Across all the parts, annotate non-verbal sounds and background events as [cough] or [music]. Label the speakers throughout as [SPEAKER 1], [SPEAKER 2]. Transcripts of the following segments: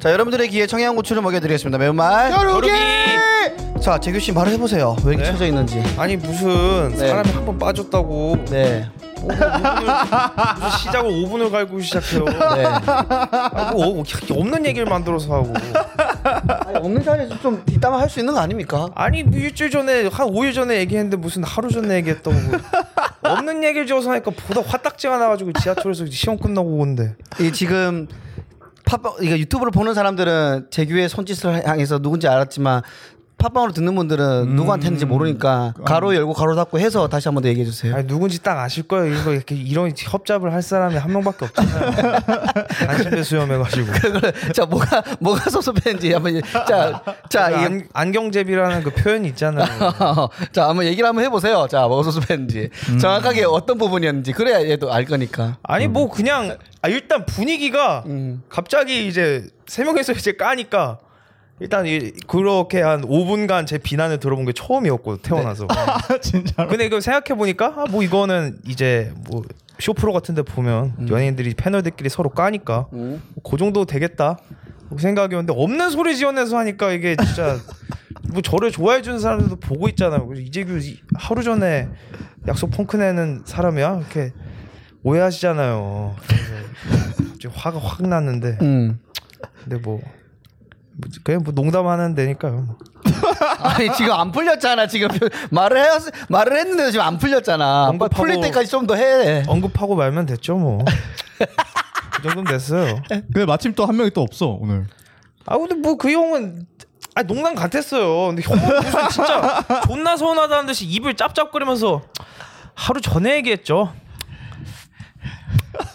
[SPEAKER 1] 자 여러분들의 귀에 청양고추를 먹여드리겠습니다 매운맛
[SPEAKER 2] 겨루기!
[SPEAKER 1] 자 재규씨 말을 해보세요 왜 이렇게
[SPEAKER 2] 네?
[SPEAKER 1] 쳐져 있는지
[SPEAKER 2] 아니 무슨
[SPEAKER 1] 네.
[SPEAKER 2] 사람이 한 번 빠졌다고
[SPEAKER 1] 네,
[SPEAKER 2] 무슨 시작을 5분을 갈고 시작해요.
[SPEAKER 1] 네.
[SPEAKER 2] 아, 뭐, 뭐, 이렇게 없는 얘기를 만들어서 하고.
[SPEAKER 1] [laughs] 아니, 먹는 사이에서 좀 뒷담화 할 수 있는 거 아닙니까?
[SPEAKER 2] 아니 뭐 일주일 전에 한 5일 전에 얘기했는데 무슨 하루 전에 얘기했다고. 없는 얘기를 지어서 하니까 보다 화딱지가 나가지고 지하철에서 시험 끝나고 오는데.
[SPEAKER 1] 이 지금 팟빵 이거 유튜브를 보는 사람들은 재규의 손짓을 향해서 누군지 알았지만 팟빵으로 듣는 분들은 누구한테 했는지 모르니까 가로 열고 가로 닫고 해서 다시 한 번 더 얘기해 주세요. [laughs]
[SPEAKER 2] 아니 누군지 딱 아실 거예요. 이거 이렇게 이런 협잡을 할 사람이 한 명밖에 없잖아요. 안심배 수염해가지고.
[SPEAKER 1] 그걸 자 뭐가 뭐가 섭섭했는지 한번
[SPEAKER 2] 자,
[SPEAKER 1] 자자
[SPEAKER 2] 그 안, 안경제비라는 그 표현이 있잖아요.
[SPEAKER 1] [laughs] 자 한번 얘기를 한번 해보세요. 자 뭐가 섭섭했는지 정확하게 어떤 부분이었는지 그래야 얘도 알 거니까.
[SPEAKER 2] 아니 뭐
[SPEAKER 3] 음.
[SPEAKER 2] 그냥 아 일단 분위기가
[SPEAKER 1] 음.
[SPEAKER 2] 갑자기 이제 세 명에서 [laughs] 이제 까니까 일단 이, 그렇게 한 5분간 제 비난을 들어본 게 처음이었고
[SPEAKER 3] [laughs]
[SPEAKER 2] 태어나서.
[SPEAKER 3] 네. 아, 진짜로.
[SPEAKER 2] 근데 이거 생각해 보니까 아, 뭐 이거는 이제 뭐 쇼프로 같은데 보면
[SPEAKER 3] 음.
[SPEAKER 2] 연예인들이 패널들끼리 서로 까니까 그 정도 되겠다 그 생각이었는데 없는 소리 지어내서 하니까 이게 진짜 [laughs] 뭐 저를 좋아해 주는 사람들도 보고 있잖아요. 그래서 이재규 이- 하루 전에 약속 펑크내는 사람이야 이렇게 오해하시잖아요. 그래서 갑자기 화가 확 났는데
[SPEAKER 1] 음.
[SPEAKER 2] 근데 뭐. 뭐 그냥 뭐 농담하는 데니까요. 뭐.
[SPEAKER 1] 아니 지금 안 풀렸잖아 지금 [laughs] 말을 해 말을 했는데도 지금 안 풀렸잖아
[SPEAKER 2] 언급하고-
[SPEAKER 1] 풀릴 때까지 좀 더해
[SPEAKER 2] 언급하고 말면 됐죠 뭐. 그 정도면 됐어요.
[SPEAKER 3] 근데 마침 또 한 명이 또 없어 오늘.
[SPEAKER 2] 아 근데 뭐 그 형은 아 농담 같았어요. 근데 형은 무슨 진짜 존나 서운하다는 듯이 입을 짭짭거리면서 하루 전에 얘기했죠.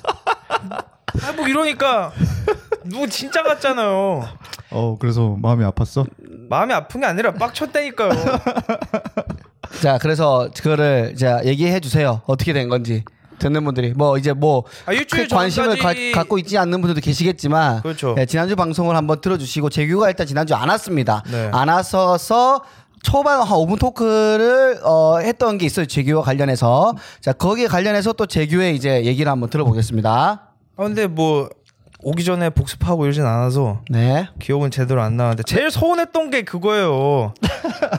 [SPEAKER 2] 아 뭐 이러니까 누구 진짜 같잖아요.
[SPEAKER 3] 어 그래서 마음이 아팠어.
[SPEAKER 2] 마음이 아픈 게 [laughs] 아니라 빡쳤다니까요.
[SPEAKER 1] 자 그래서 그거를 자 얘기해 주세요 어떻게 된 건지 듣는 분들이 뭐 이제 뭐
[SPEAKER 2] 아, 일주일
[SPEAKER 1] 그 관심을 가,
[SPEAKER 2] 전까지-
[SPEAKER 1] 갖고 있지 않는 분들도 계시겠지만
[SPEAKER 2] 그렇죠.
[SPEAKER 1] 예, 지난주 방송을 한번 들어주시고 재규가 일단 지난주 안 왔습니다
[SPEAKER 2] 네.
[SPEAKER 1] 안 와서서 초반 한 5분 토크를 어, 했던 게 있어요 재규와 관련해서 자 거기에 관련해서 또 재규의 이제 얘기를 한번 들어보겠습니다
[SPEAKER 2] 아 근데 뭐 오기 전에 복습하고 이러진 않아서
[SPEAKER 1] 네
[SPEAKER 2] 기억은 제대로 안 나는데 제일 서운했던 게 [laughs] 그거예요.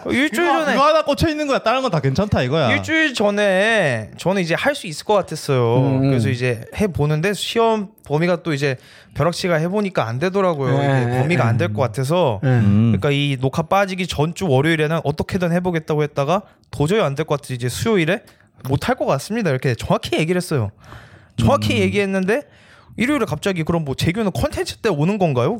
[SPEAKER 2] 일주일
[SPEAKER 3] 그거,
[SPEAKER 2] 전에
[SPEAKER 3] 그거 하나 꽂혀 있는 거야. 다른 건 다 괜찮다 이거야.
[SPEAKER 2] 일주일 전에 저는 이제 할 수 있을 것 같았어요.
[SPEAKER 1] 음.
[SPEAKER 2] 그래서 이제 해 보는데 시험 범위가 또 이제 벼락 씨가 해 보니까 안
[SPEAKER 1] 네,
[SPEAKER 2] 되더라고요. 이게
[SPEAKER 1] 네,
[SPEAKER 2] 범위가 안 될 것 같아서
[SPEAKER 3] 음.
[SPEAKER 2] 그러니까 이 녹화 빠지기 전주 월요일에는 어떻게든 해보겠다고 했다가 도저히 안 될 것 같아서 이제 수요일에 못 할 것 같습니다. 이렇게 정확히 얘기를 했어요.
[SPEAKER 1] 음.
[SPEAKER 2] 정확히 얘기했는데 일요일에 갑자기 그럼 뭐 재규는 컨텐츠 때 오는 건가요?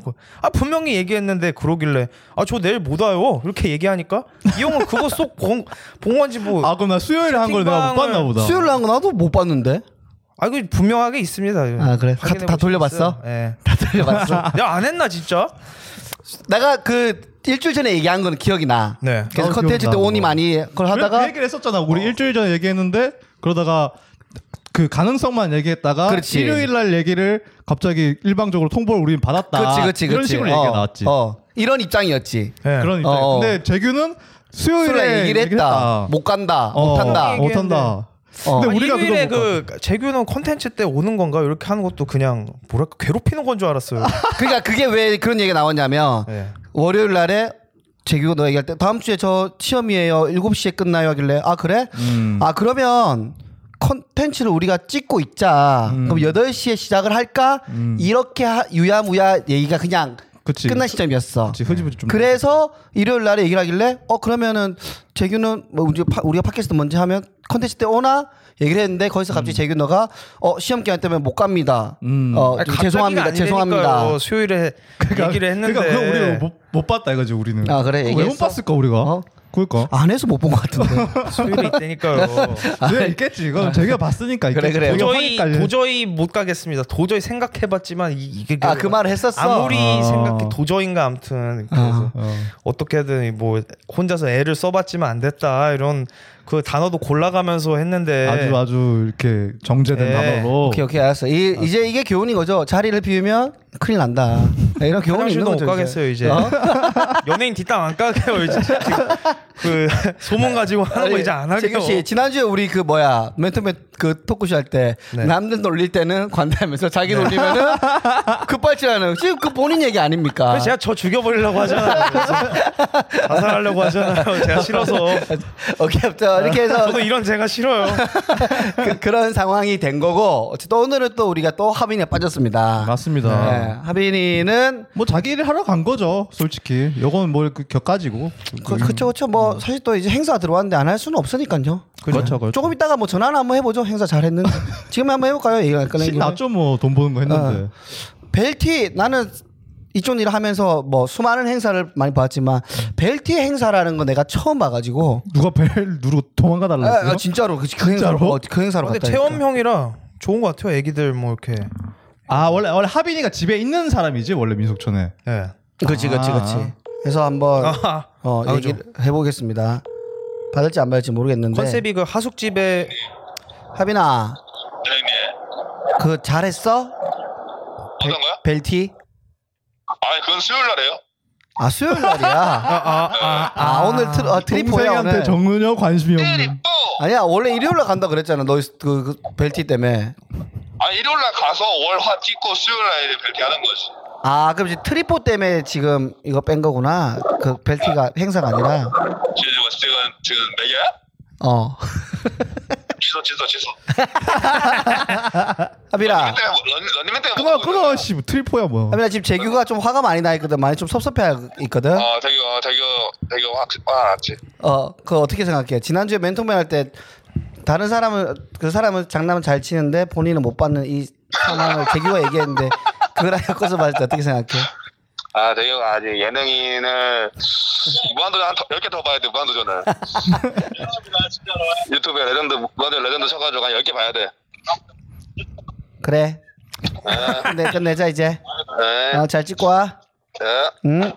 [SPEAKER 2] 아 분명히 얘기했는데 그러길래 아 저 내일 못 와요 이렇게 얘기하니까 이 형은 그거 쏙 봉, 봉헌지 뭐
[SPEAKER 3] 아 그럼 나 수요일에 한 걸 내가 못
[SPEAKER 2] 채팅방을-
[SPEAKER 3] 봤나 보다.
[SPEAKER 1] 수요일 나온 거 나도 못 봤는데
[SPEAKER 2] 아, 그 분명하게 있습니다.
[SPEAKER 1] 아, 그래? 다-
[SPEAKER 2] 확인해
[SPEAKER 1] 다
[SPEAKER 2] 보실 수
[SPEAKER 1] 돌려봤어?
[SPEAKER 2] 있어요. 예.
[SPEAKER 1] 다 들려봤어
[SPEAKER 2] 내가 안 했나 진짜?
[SPEAKER 1] 네, 내가 그 일주일 전에 얘기한 거는 기억이 나.
[SPEAKER 2] 네.
[SPEAKER 1] 그래서
[SPEAKER 3] 어,
[SPEAKER 1] 컨텐츠 때
[SPEAKER 3] 기억나.
[SPEAKER 1] 온이 많이 그걸
[SPEAKER 3] 그래, 그
[SPEAKER 1] 하다가 어.
[SPEAKER 3] 얘기를 했었잖아. 우리 일주일 전에 얘기했는데 그러다가 그 가능성만 얘기했다가
[SPEAKER 1] 그렇지.
[SPEAKER 3] 일요일 날 얘기를 갑자기 일방적으로 통보를 우리는 받았다.
[SPEAKER 1] 그치 그치 그치
[SPEAKER 3] 이런 식으로
[SPEAKER 1] 어,
[SPEAKER 3] 얘기가 나왔지. 네,
[SPEAKER 1] 어 이런 입장이었지.
[SPEAKER 2] 예.
[SPEAKER 3] 그런 입장.
[SPEAKER 1] 어, 어.
[SPEAKER 3] 근데 재규는
[SPEAKER 1] 술에
[SPEAKER 3] 수요일에
[SPEAKER 1] 얘기를 했다. 못 간다. 못 한다.
[SPEAKER 2] 어.
[SPEAKER 3] 못 한다.
[SPEAKER 1] 어.
[SPEAKER 3] 근데
[SPEAKER 2] 아,
[SPEAKER 3] 우리가 그걸
[SPEAKER 2] 일요일에
[SPEAKER 3] 못 봤어.
[SPEAKER 2] 그 재규는 컨텐츠 때 오는 건가 이렇게 하는 것도 그냥 뭐랄까 괴롭히는 건
[SPEAKER 1] [laughs]
[SPEAKER 2] 줄 알았어요.
[SPEAKER 1] 그러니까 그게 왜 그런 얘기가 나왔냐면
[SPEAKER 3] 네.
[SPEAKER 2] 예.
[SPEAKER 1] 월요일 날에 재규가 너 얘기할 때 다음 주에 저 시험이에요. 7시에 끝나요 하길래 아 그래?
[SPEAKER 3] 음.
[SPEAKER 1] 아 그러면 컨텐츠를 우리가 찍고 있자.
[SPEAKER 3] 음.
[SPEAKER 1] 그럼 8시에 시작을 할까? 이렇게 하- 유야무야 얘기가 그냥
[SPEAKER 3] 그치.
[SPEAKER 1] 끝난 시점이었어.
[SPEAKER 3] 그치, 흐지부지 좀.
[SPEAKER 1] 아, 그래서 일요일 날에 얘기를 하길래 어 그러면은 재규는 뭐 우리 파- 우리가 팟캐스트 먼저 하면 컨텐츠 때 오나 얘기를 했는데 거기서 갑자기 재규 너가 어 시험 기간 때문에 못 갑니다. 어
[SPEAKER 2] 아니,
[SPEAKER 1] 좀
[SPEAKER 2] 갑자기가
[SPEAKER 1] 죄송합니다.
[SPEAKER 2] 아니라니까요.
[SPEAKER 1] 죄송합니다.
[SPEAKER 2] 수요일에 얘기를 했는데.
[SPEAKER 3] 그러니까 그거 우리가 못, 못 봤다 이거지 우리는.
[SPEAKER 1] 아, 그래,
[SPEAKER 3] 왜 못
[SPEAKER 1] 얘기했어?
[SPEAKER 3] 봤을까 우리가? 그러니까.
[SPEAKER 1] 어?
[SPEAKER 3] 그니까.
[SPEAKER 1] 안에서 못 본 것
[SPEAKER 2] [laughs] 그러니까
[SPEAKER 1] 같은데.
[SPEAKER 2] 수요일에
[SPEAKER 1] [laughs]
[SPEAKER 2] 있다니까요.
[SPEAKER 3] 왜 네, 있겠지? 이건 재규가 봤으니까
[SPEAKER 1] 아. 그래,
[SPEAKER 3] 있겠지.
[SPEAKER 1] 그래.
[SPEAKER 3] 재규가
[SPEAKER 2] 도저히
[SPEAKER 3] 하니까 이제-
[SPEAKER 2] 도저히 못 가겠습니다. 도저히 생각해봤지만 이, 이게
[SPEAKER 1] 아 그 말을 했었어.
[SPEAKER 2] 아무리
[SPEAKER 3] 아.
[SPEAKER 2] 생각해 도저인가 아무튼 그래서
[SPEAKER 3] 어.
[SPEAKER 2] 어떻게든 뭐 혼자서 애를 써봤지만 안 됐다 이런 그 단어도 골라가면서 했는데
[SPEAKER 3] 아주 아주 이렇게 정제된
[SPEAKER 2] 예.
[SPEAKER 3] 단어로.
[SPEAKER 1] 네. 오케이 오케이 알았어. 이, 이제 이게 교훈인 거죠. 자리를 비우면 큰일 난다. 네, 이런 교훈이 있는
[SPEAKER 2] [laughs] 화장실도 못
[SPEAKER 1] 거죠.
[SPEAKER 2] 가겠어요 이제
[SPEAKER 1] 어?
[SPEAKER 2] [laughs] 연예인 뒷담 안 까게요 이제 그 소문 가지고 하는 거 이제 안 하게요
[SPEAKER 1] 재규 씨 지난주에 우리 그 뭐야 멘토 멘 그 토크쇼 할 때
[SPEAKER 2] 네.
[SPEAKER 1] 남들 놀릴 때는 관대하면서 자기 놀리면은 [laughs] 급발진하는 지금 그 본인 얘기 아닙니까?
[SPEAKER 2] 그래서 제가 저 죽여버리려고 하잖아요. [laughs] 그래서 자살하려고 하잖아요. 제가 아, 싫어서.
[SPEAKER 1] [laughs] 오케이 없죠 이렇게 해서
[SPEAKER 2] 저도 이런 제가 싫어요.
[SPEAKER 1] 그, 그런 상황이 된 거고 어쨌든 오늘은 또 우리가 또 하빈이에 빠졌습니다.
[SPEAKER 3] 맞습니다.
[SPEAKER 1] 네, 하빈이는
[SPEAKER 3] 뭐 자기 일을 하러 간 거죠, 솔직히. 요건 뭘 그, 격가지고.
[SPEAKER 1] 그,
[SPEAKER 2] 음.
[SPEAKER 1] 그쵸 그쵸 뭐 사실 또 이제 행사 들어왔는데 안 할 수는 없으니까요.
[SPEAKER 3] 그렇죠, 그렇죠.
[SPEAKER 1] 조금 있다가 뭐 전화를 한번 해보죠. 행사
[SPEAKER 2] [laughs]
[SPEAKER 1] 잘했는지 지금 한번 해볼까요? 얘기가 끊긴 김에.
[SPEAKER 3] 신났죠, 뭐 돈 버는 거 했는데.
[SPEAKER 1] 아. 벨티 나는 이쪽 일을 하면서 뭐 수많은 행사를 많이 봤지만 벨티 행사라는 거 내가 처음 봐가지고
[SPEAKER 3] 누가 벨 누르고 도망가 달라 했어요?
[SPEAKER 1] 아, 아, 진짜로 그, 그 행사로
[SPEAKER 3] 진짜로?
[SPEAKER 1] 어, 그 행사로
[SPEAKER 2] 근데
[SPEAKER 1] 갔다.
[SPEAKER 2] 체험형이라 좋은 것 같아요. 애기들 뭐 이렇게.
[SPEAKER 3] 아 원래 원래 하빈이가 집에 있는 사람이지 원래 민속촌에.
[SPEAKER 2] 예.
[SPEAKER 1] 그렇지 그렇지
[SPEAKER 3] 아.
[SPEAKER 1] 그렇지. 그래서 한번
[SPEAKER 2] 아하.
[SPEAKER 1] 어,
[SPEAKER 2] 아,
[SPEAKER 1] 얘기를 해보겠습니다. 받을지 안 받을지 모르겠는데
[SPEAKER 2] 컨셉이 그 하숙집에
[SPEAKER 1] 하빈아
[SPEAKER 4] 네네.
[SPEAKER 1] 그 잘했어? 벨-
[SPEAKER 4] 어떤 거요?
[SPEAKER 1] 벨티?
[SPEAKER 4] 아, 그건 수요일 날에요.
[SPEAKER 1] 아 수요일 날이야.
[SPEAKER 2] 아 아 아
[SPEAKER 1] 아, 오늘 트, 어, 트리포야
[SPEAKER 3] 동생한테
[SPEAKER 1] 오늘.
[SPEAKER 3] 전혀 관심이
[SPEAKER 4] 수요일이
[SPEAKER 3] 없는.
[SPEAKER 4] 또.
[SPEAKER 1] 아니야 원래 일요일 날 간다 그랬잖아. 너그 그 벨티 때문에.
[SPEAKER 4] 아, 일요일 날 가서 월화 찍고 수요일 날에 벨티 하는 거지.
[SPEAKER 1] 아 그럼 이제 트리포 때문에 지금 이거 뺀 거구나. 그 벨티가 행사가 아니라.
[SPEAKER 4] 지금 지금 지금 매겨야?
[SPEAKER 1] 어. [laughs]
[SPEAKER 4] 취소 취소 취소.
[SPEAKER 1] 하빈아.
[SPEAKER 4] 런닝맨 때문에 런- 런닝맨 때문에
[SPEAKER 3] 끊어
[SPEAKER 4] 못 가고
[SPEAKER 3] 끊어
[SPEAKER 4] 있잖아.
[SPEAKER 3] 씨 트리포야 뭐.
[SPEAKER 1] 하빈아 지금 재규가 좀 화가 많이 나 있거든. 많이 좀 섭섭해 있거든.
[SPEAKER 4] 아, 되게 어, 되게 어, 되게 확확지
[SPEAKER 1] 어. 그거 어떻게 생각해? 지난주에 맨통맨 할 때 다른 사람은 그 사람은 장난을 잘 치는데 본인은 못 받는 이 상황을 재규가 얘기했는데 그거랑 엮어서 봤을 때 어떻게 생각해?
[SPEAKER 4] 아, 되게 아직 예능인을 무한도전 한열개 더 봐야 돼 [laughs] 무한도전을. 유튜브에 레전드 무한도전 레전드 쳐가지고 한 열 개 봐야 돼.
[SPEAKER 1] 그래. 네, 끝내자 이제.
[SPEAKER 4] 네.
[SPEAKER 1] 어, 잘 찍고 와.
[SPEAKER 4] 네.
[SPEAKER 1] 응.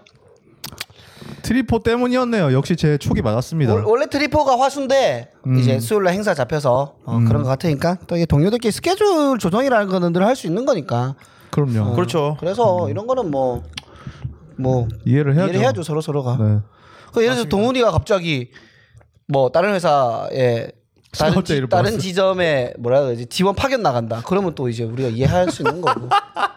[SPEAKER 3] 트리포 때문이었네요. 역시 제 촉이 맞았습니다.
[SPEAKER 1] 월- 원래 트리포가 화수인데
[SPEAKER 3] 음.
[SPEAKER 1] 이제 수요일날 행사 잡혀서 어, 그런 것 같으니까 또 이게 동료들끼리 스케줄 조정이라는 거는 늘 할 수 있는 거니까
[SPEAKER 3] 그럼요.
[SPEAKER 2] 그렇죠.
[SPEAKER 1] 아, 그래서 이런 거는 뭐 뭐
[SPEAKER 3] 어. 음. 이해를 해야죠.
[SPEAKER 1] 이해를 해야죠 서로 서로가
[SPEAKER 3] 네.
[SPEAKER 1] 그 예를 들어 서 동훈이가 갑자기 뭐 다른 회사에 다른, 지,
[SPEAKER 3] 스카우트를
[SPEAKER 1] 다른
[SPEAKER 3] 뽑았어.
[SPEAKER 1] 지점에 뭐라 그러지 지원 파견 나간다 그러면 또 이제 우리가 이해할 수 있는 거고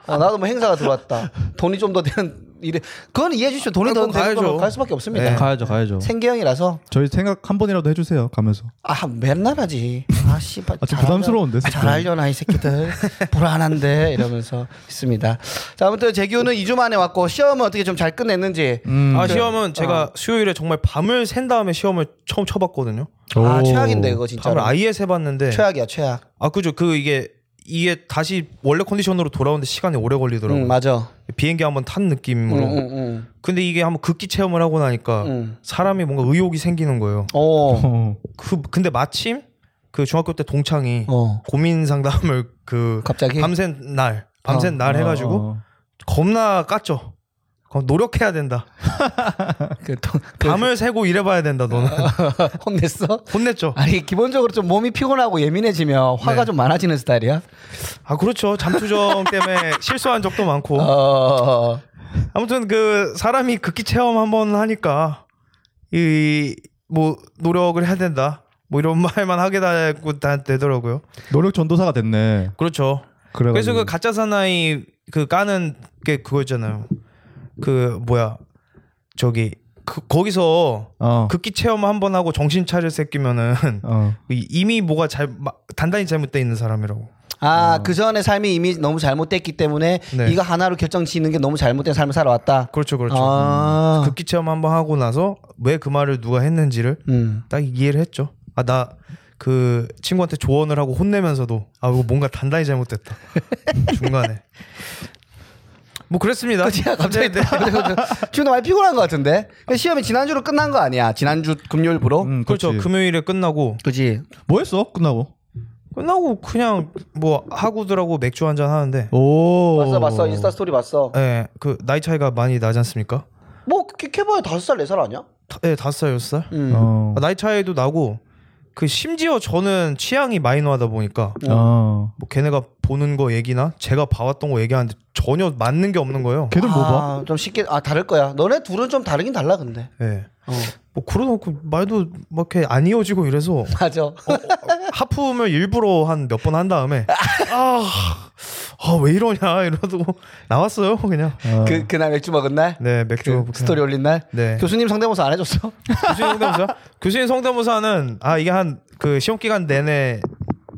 [SPEAKER 1] 어, 나도 뭐 행사가 들어왔다 돈이 좀 더 되는 일에 그건 이해해 주시죠 돈이 더
[SPEAKER 2] 그건
[SPEAKER 1] 되는
[SPEAKER 2] 가야죠.
[SPEAKER 1] 거면 갈 수밖에 없습니다
[SPEAKER 3] 네, 가야죠, 가야죠.
[SPEAKER 1] 아, 생계형이라서
[SPEAKER 3] 예. 저희 생각 한 번이라도 해주세요. 가면서.
[SPEAKER 1] 아 맨날 하지 아 씨발
[SPEAKER 3] 아, 좀
[SPEAKER 1] 잘하려-
[SPEAKER 3] 부담스러운데, 진짜.
[SPEAKER 1] 잘하려나 이
[SPEAKER 3] [laughs]
[SPEAKER 1] 새끼들 불안한데 이러면서 있습니다 자 아무튼 재규는 2주 만에 왔고 시험은 어떻게 좀 잘 끝냈는지
[SPEAKER 3] 음,
[SPEAKER 2] 아
[SPEAKER 3] 네.
[SPEAKER 2] 시험은 제가 수요일에 정말 밤을 샌 다음에 시험을 처음 쳐봤거든요.
[SPEAKER 1] 아
[SPEAKER 3] 오.
[SPEAKER 1] 최악인데 그거 진짜
[SPEAKER 2] 밤을 아예 새봤는데
[SPEAKER 1] 최악이야 최악
[SPEAKER 2] 아 그죠 그 이게 이게 다시 원래 컨디션으로 돌아오는데 시간이 오래 걸리더라고요.
[SPEAKER 1] 응 음, 맞아 음,
[SPEAKER 2] 비행기 한번 탄 느낌으로.
[SPEAKER 1] 응, 응,
[SPEAKER 2] 근데 이게 한번 극기 체험을 하고 나니까
[SPEAKER 1] 응.
[SPEAKER 2] 사람이 뭔가 의욕이 생기는 거예요.
[SPEAKER 1] 어.
[SPEAKER 3] 어.
[SPEAKER 2] 그 근데 마침 그 중학교 때 동창이
[SPEAKER 1] 어.
[SPEAKER 2] 고민 상담을 그
[SPEAKER 1] 갑자기
[SPEAKER 2] 밤샌 날 밤샌
[SPEAKER 1] 어.
[SPEAKER 2] 날 해가지고
[SPEAKER 3] 어.
[SPEAKER 2] 겁나 깠죠. 그럼 노력해야 된다.
[SPEAKER 1] 그 또- [laughs]
[SPEAKER 2] 밤을 새고 일해봐야 된다. 너는
[SPEAKER 1] 어. 혼냈어?
[SPEAKER 2] [laughs] 혼냈죠.
[SPEAKER 1] 아니 기본적으로 좀 몸이 피곤하고 예민해지면 화가
[SPEAKER 2] 네.
[SPEAKER 1] 좀 많아지는 스타일이야?
[SPEAKER 2] 아 그렇죠. 잠투정 [laughs] 때문에 실수한 적도 많고.
[SPEAKER 1] 어.
[SPEAKER 2] 아무튼 그 사람이 극기 체험 한번 하니까 이 뭐 노력을 해야 된다. 뭐 이런 [laughs] 말만 하게 되고 다 되더라고요.
[SPEAKER 3] 노력 전도사가 됐네.
[SPEAKER 2] 그렇죠.
[SPEAKER 3] 그래.
[SPEAKER 2] 그래서 그 가짜 사나이 그 까는 게 그거였잖아요. 그 뭐야 저기 그 거기서
[SPEAKER 3] 어.
[SPEAKER 2] 극기 체험 한번 하고 정신 차릴 새끼면은
[SPEAKER 3] 어.
[SPEAKER 2] 이- 이미 뭐가 잘 마- 단단히 잘못돼 있는 사람이라고.
[SPEAKER 3] 어.
[SPEAKER 1] 아그 전에 삶이 이미 너무 잘못됐기 때문에
[SPEAKER 2] 네.
[SPEAKER 1] 이거 하나로 결정 짓는 게 너무 잘못된 삶을 살아왔다.
[SPEAKER 2] 그렇죠, 그렇죠.
[SPEAKER 1] 아.
[SPEAKER 2] 극기 체험 한번 하고 나서 왜 그 말을 누가 했는지를
[SPEAKER 1] 음.
[SPEAKER 2] 딱 이해를 했죠. 아 나 그 친구한테 조언을 하고 혼내면서도 아 이거 뭔가 단단히 잘못됐다 중간에 뭐 그랬습니다.
[SPEAKER 1] 야, 갑자기 네,
[SPEAKER 2] 그
[SPEAKER 1] 지금 나 많이 피곤한 것 같은데 그러니까 시험이 지난주로 끝난 거 아니야? 지난주 금요일부로?
[SPEAKER 3] 음,
[SPEAKER 2] 그렇죠.
[SPEAKER 3] 그렇지.
[SPEAKER 2] 금요일에 끝나고
[SPEAKER 1] 그지?
[SPEAKER 3] 뭐 했어? 끝나고.
[SPEAKER 2] 끝나고 그냥 뭐 하고들하고 맥주 한잔 하는데
[SPEAKER 3] 오.
[SPEAKER 1] 봤어 봤어 인스타 스토리 봤어.
[SPEAKER 2] 예 그 나이 차이가 많이 나지 않습니까?
[SPEAKER 1] 뭐 그렇게 캐봐야 다섯 살 네 살 아니야?
[SPEAKER 2] 다- 예 다섯 살 여섯 살
[SPEAKER 1] 음.
[SPEAKER 3] 어.
[SPEAKER 2] 아, 나이 차이도 나고 그 심지어 저는 취향이 마이너하다 보니까
[SPEAKER 1] 음.
[SPEAKER 3] 어.
[SPEAKER 2] 뭐 걔네가 보는 거 얘기나 제가 봐왔던 거 얘기하는데 전혀 맞는 게 없는 거예요.
[SPEAKER 3] 걔들 뭐 봐?
[SPEAKER 1] 아, 좀 쉽게 아 다를 거야. 너네 둘은 좀 다르긴 달라 근데.
[SPEAKER 2] 예. 뭐 그러다 놓고 말도 막 이렇게 안 이어지고 이래서
[SPEAKER 1] 맞아.
[SPEAKER 2] 어, 어, 하품을 일부러 한 몇 번 한 다음에 아, 아왜 이러냐 이러고 나왔어요 그냥
[SPEAKER 3] 어.
[SPEAKER 1] [laughs] 그 그날 맥주 먹은 날.
[SPEAKER 2] 네 맥주
[SPEAKER 1] 그
[SPEAKER 2] 그냥.
[SPEAKER 1] 스토리 올린 날.
[SPEAKER 2] 네.
[SPEAKER 1] 교수님 상대모사 안 해줬어.
[SPEAKER 2] 교수님 성대모사 교수님 성대모사는 아 이게 한 그 시험 기간 내내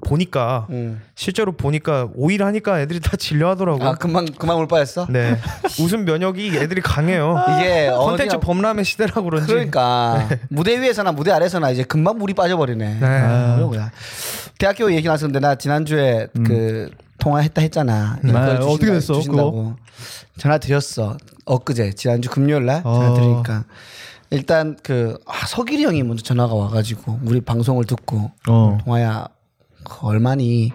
[SPEAKER 2] 보니까
[SPEAKER 1] 음.
[SPEAKER 2] 실제로 보니까 5일 하니까 애들이 다 진료하더라고.
[SPEAKER 1] 아 금방 금방 울 뻔했어.
[SPEAKER 2] 네 웃음 면역이 애들이 강해요.
[SPEAKER 1] 이게 어느
[SPEAKER 2] 컨텐츠
[SPEAKER 1] 냐-
[SPEAKER 2] 범람의 시대라 그런지.
[SPEAKER 1] 그러니까
[SPEAKER 3] 네.
[SPEAKER 1] 무대 위에서나 무대 아래서나 이제 금방 물이 빠져버리네.
[SPEAKER 2] 네.
[SPEAKER 1] 아, 그러구나. 대학교 얘기 나서 근데 나 지난주에 그 통화했다 했잖아.
[SPEAKER 3] 음. 네.
[SPEAKER 1] 이걸
[SPEAKER 3] 어떻게 됐어,
[SPEAKER 1] 주신다고. 전화 드렸어. 엊그제 지난주 금요일 날 전화
[SPEAKER 3] 어.
[SPEAKER 1] 드리니까 일단 그 아, 석일이 형이 먼저 전화가 와가지고 우리 방송을 듣고
[SPEAKER 3] 어.
[SPEAKER 1] 동아야 그 얼마니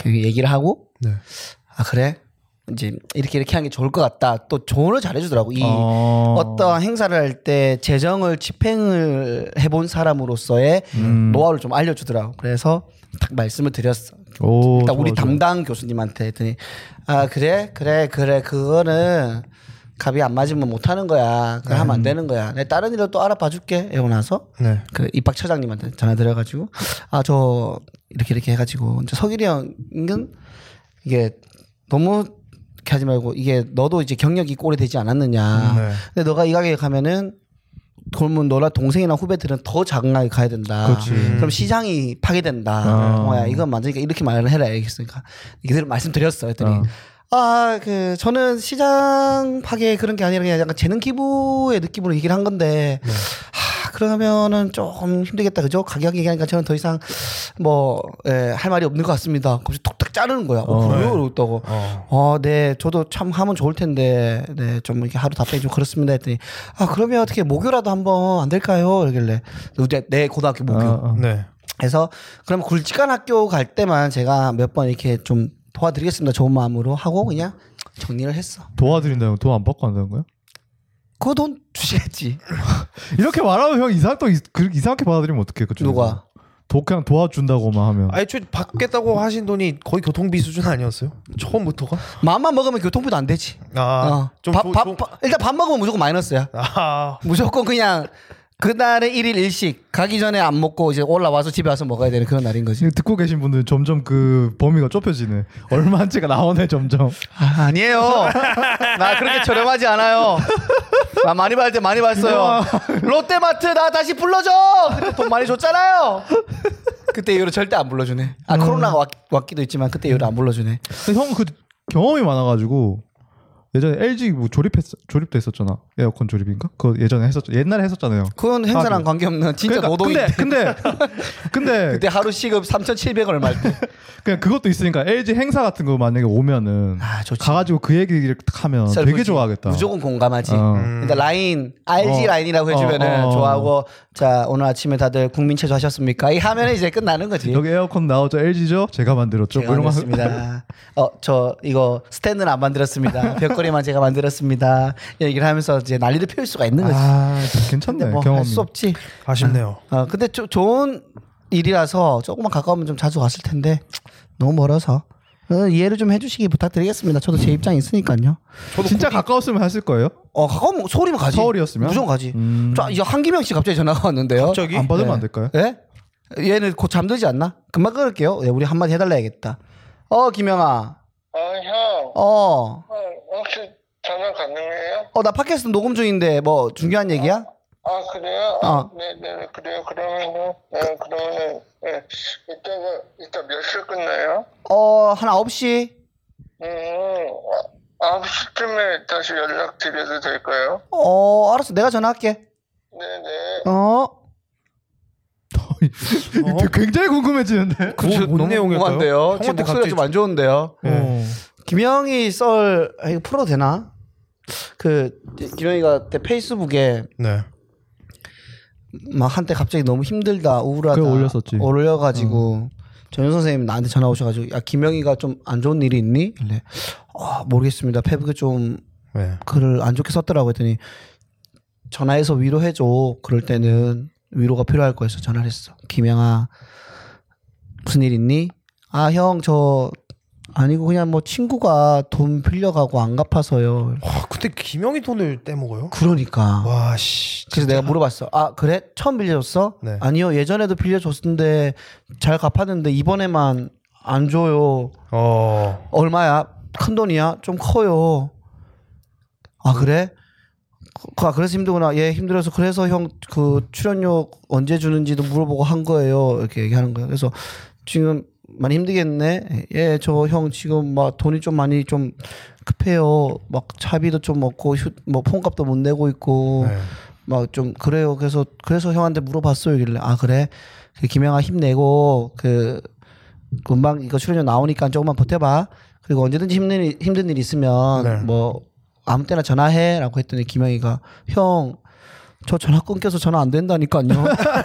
[SPEAKER 1] 그 얘기를 하고
[SPEAKER 2] 네.
[SPEAKER 1] 아 그래 이제 이렇게 이렇게 하는 게 좋을 것 같다 또 조언을 잘해주더라고 이
[SPEAKER 3] 어.
[SPEAKER 1] 어떤 행사를 할 때 재정을 집행을 해본 사람으로서의 노하우를 좀 알려주더라고 그래서 딱 말씀을 드렸어
[SPEAKER 3] 오,
[SPEAKER 1] 일단 우리
[SPEAKER 3] 좋아, 좋아.
[SPEAKER 1] 담당 교수님한테 했더니 아 그래 그래 그래 그거는 갑이 안 맞으면 못하는 거야 그거 하면 안 되는 거야 내 다른 일로 또 알아봐 줄게 이러고 나서
[SPEAKER 2] 네.
[SPEAKER 1] 그 입학 처장님한테 전화 드려가지고 아 저 이렇게 이렇게 해가지고 이제 석일이 형은 이게 너무 이렇게 하지 말고 이게 너도 이제 경력이 꼴이 되지 않았느냐
[SPEAKER 2] 네.
[SPEAKER 1] 근데 너가 이 가게에 가면은 그러면 너나 동생이나 후배들은 더 작은 가게 가야 된다
[SPEAKER 3] 그렇지.
[SPEAKER 1] 럼 시장이 파괴된다
[SPEAKER 3] 아.
[SPEAKER 1] 음. 동아야 이건 맞으니까 이렇게 말을 해라 알겠으니까 이대로 말씀드렸어 했더니 아 그 저는 시장 파괴 그런 게 아니라 그냥 약간 재능 기부의 느낌으로 얘기를 한 건데 하, 그러면은 조금 힘들겠다 그죠 가격 얘기하니까 저는 더 이상 뭐 할 말이 없는 것 같습니다 그래서 툭툭 자르는 거야 어, 그래요 이러고
[SPEAKER 2] 어.
[SPEAKER 1] 어, 네, 저도 참 하면 좋을 텐데, 네, 좀 이렇게 하루 답변이 좀 그렇습니다 했더니, 아, 그러면 어떻게 목요라도 한번 안 될까요? 이러길래, 우리 내 고등학교 목요.
[SPEAKER 3] 어, 어.
[SPEAKER 2] 네.
[SPEAKER 1] 그래서, 그럼 굵직한 학교 갈 때만 제가 몇 번 이렇게 좀 도와드리겠습니다. 좋은 마음으로 하고, 그냥 정리를 했어.
[SPEAKER 3] 도와드린다면 돈 안 받고 한다는 거야?
[SPEAKER 1] 그 돈 주시겠지.
[SPEAKER 3] 이렇게 말하면 형 이상 또 이- 그- 이상하게 받아들이면 어떡해 그쪽
[SPEAKER 1] 누가?
[SPEAKER 3] 도 그냥 도와준다고만 하면
[SPEAKER 2] 아니 초 받겠다고 하신 돈이 거의 교통비 수준 아니었어요? 처음부터가?
[SPEAKER 1] 맘만 먹으면 교통비도 안 되지.
[SPEAKER 2] 아,
[SPEAKER 1] 어.
[SPEAKER 2] 좀
[SPEAKER 1] 밥,
[SPEAKER 2] 조-
[SPEAKER 1] 밥,
[SPEAKER 2] 좀-
[SPEAKER 1] 밥- 일단 밥 먹으면 무조건 마이너스야.
[SPEAKER 2] 아,
[SPEAKER 1] 무조건 그냥, 그날의 일일 일식, 가기 전에 안 먹고 이제 올라와서 집에 와서 먹어야 되는 그런 날인 거지.
[SPEAKER 3] 지금 듣고 계신 분들 점점 그 범위가 좁혀지네 [laughs] 얼마인지가 나오네 점점
[SPEAKER 1] 아, 니에요 [laughs] 나 그렇게 저렴하지 않아요. 나 많이 받을 때 많이 봤어요. 롯데마트 나 다시 불러줘. 그때 돈 많이 줬잖아요. 그때 이후로 절대 안 불러주네. 아 코로나가 왔, 왔기도 있지만 그때 이후로 안 불러주네.
[SPEAKER 3] 형 그 경험이 많아가지고 예전에 LG 뭐 조립했 조립도 했었잖아 에어컨 조립인가 그거 예전에 했었죠 옛날에 했었잖아요
[SPEAKER 1] 그건 행사랑
[SPEAKER 3] 아,
[SPEAKER 1] 관계없는 진짜
[SPEAKER 3] 그러니까
[SPEAKER 1] 노동인데 네. [laughs]
[SPEAKER 3] 근데 근데 근데
[SPEAKER 1] 그때 하루 시급 3,700원 얼마 할 때.
[SPEAKER 3] 그냥 그것도 있으니까 LG 행사 같은 거 만약에 오면은
[SPEAKER 1] 아, 좋지.
[SPEAKER 3] 가가지고 그 얘기 이렇게 딱 하면 되게
[SPEAKER 1] 썰물지.
[SPEAKER 3] 좋아하겠다
[SPEAKER 1] 무조건 음, 공감하지.
[SPEAKER 3] 어.
[SPEAKER 1] 일단 라인 RG
[SPEAKER 3] 어.
[SPEAKER 1] 라인이라고 해주면은
[SPEAKER 3] 어, 어.
[SPEAKER 1] 좋아하고 자 오늘 아침에 다들 국민 체조 하셨습니까? 이 하면은 이제 끝나는 거지.
[SPEAKER 3] 여기 에어컨 나오죠 LG죠 제가 만들었죠
[SPEAKER 1] 네. 제가
[SPEAKER 3] 뭐 이런 거 하면-
[SPEAKER 1] 만들었습니다. 어, 저 이거 스탠드는 안
[SPEAKER 3] [laughs]
[SPEAKER 1] 만들었습니다. 벽걸이만 제가 만들었습니다. 얘기를 하면서 이제 난리를 피울 수가 있는 거지.
[SPEAKER 3] 아 괜찮네
[SPEAKER 1] 근데 뭐 할
[SPEAKER 3] 경험이
[SPEAKER 1] 수 없지.
[SPEAKER 2] 아쉽네요.
[SPEAKER 1] 어, 근데 조, 좋은 일이라서 조금만 가까우면 좀 자주 갔을 텐데 너무 멀어서 어, 이해를 좀 해주시기 부탁드리겠습니다. 저도 제 입장이 있으니까요.
[SPEAKER 3] 진짜 가까웠으면 하실 거예요?
[SPEAKER 1] 어, 가까우면 서울이면 가지.
[SPEAKER 3] 서울이었으면?
[SPEAKER 1] 무조건 가지.
[SPEAKER 3] 음.
[SPEAKER 1] 자, 이제 한기명 씨 갑자기 전화가 왔는데요.
[SPEAKER 2] 갑자기
[SPEAKER 3] 안 받으면
[SPEAKER 1] 네.
[SPEAKER 3] 안 될까요?
[SPEAKER 1] 예? 얘는 곧 잠들지 않나? 금방 끊을게요. 예, 우리 한마디 해달라야겠다. 어, 김영아.
[SPEAKER 4] 아, 형.
[SPEAKER 1] 어.
[SPEAKER 4] 어, 혹시 전화 가능해요?
[SPEAKER 1] 어 나 팟캐스트 녹음 중인데 뭐 중요한 얘기야?
[SPEAKER 4] 아, 그래요?
[SPEAKER 1] 어.
[SPEAKER 4] 네, 네, 그래요. 그러면은, 네, 그러면은, 네. 이따가, 이따 몇 시에 끝나요?
[SPEAKER 1] 어한 9시?
[SPEAKER 4] 음, 아, 9시쯤에 다시 연락드려도 될까요?
[SPEAKER 1] 어 알았어 내가 전화할게
[SPEAKER 4] 네, 네.
[SPEAKER 1] 어?
[SPEAKER 3] 이거 굉장히 궁금해지는데.
[SPEAKER 2] 그, 어? 뭐, 뭔 내용일까요?
[SPEAKER 1] 궁금한데요 지금
[SPEAKER 2] 형한테
[SPEAKER 1] 목소리가
[SPEAKER 2] 갑자기
[SPEAKER 1] 좀 안 좋은데요
[SPEAKER 3] 어.
[SPEAKER 2] 네.
[SPEAKER 1] 김영희 썰 아, 이거 풀어도 되나? 그 김영희가 내 페이스북에
[SPEAKER 2] 네.
[SPEAKER 1] 막 한때 갑자기 너무 힘들다 우울하다
[SPEAKER 3] 그거 올렸었지.
[SPEAKER 2] 어.
[SPEAKER 1] 올려가지고 전현 선생님 나한테 전화 오셔가지고 야 김영희가 좀 안 좋은 일이 있니? 이래 아 모르겠습니다 페북에 좀
[SPEAKER 2] 네.
[SPEAKER 1] 글을 안 좋게 썼더라고 했더니 전화해서 위로해줘 그럴 때는 위로가 필요할 거였어 전화를 했어 김양아 무슨 일 있니 아, 아형저 아니고 그냥 뭐 친구가 돈 빌려가고 안 갚아서요.
[SPEAKER 2] 와, 근데 김영희 돈을 떼먹어요?
[SPEAKER 1] 그러니까.
[SPEAKER 2] 와, 씨.
[SPEAKER 1] 그래서 내가 물어봤어. 아 그래? 처음 빌려줬어?
[SPEAKER 2] 네.
[SPEAKER 1] 아니요. 예전에도 빌려줬는데 잘 갚았는데 이번에만 안 줘요.
[SPEAKER 2] 어.
[SPEAKER 1] 얼마야? 큰 돈이야? 좀 커요. 아 그래? 그- 아 그래서 힘들구나. 예 힘들어서 그래서 형 그 출연료 언제 주는지도 물어보고 한 거예요. 이렇게 얘기하는 거예요. 그래서 지금 많이 힘들겠네. 예 저 형 지금 막 돈이 좀 많이 좀 급해요. 막 차비도 좀 먹고 휴, 뭐 폰값도 못 내고 있고
[SPEAKER 2] 네.
[SPEAKER 1] 막 좀 그래요. 그래서 그래서 형한테 물어봤어요. 이길래 아 그래 그 김영아 힘내고 그 금방 이거 출연료 나오니까 조금만 버텨봐. 그리고 언제든지 힘든 일, 힘든 일 있으면
[SPEAKER 2] 네.
[SPEAKER 1] 뭐 아무 때나 전화해라고 했더니 김영이가 형. 저 전화 끊겨서 전화 안 된다니까요. [laughs]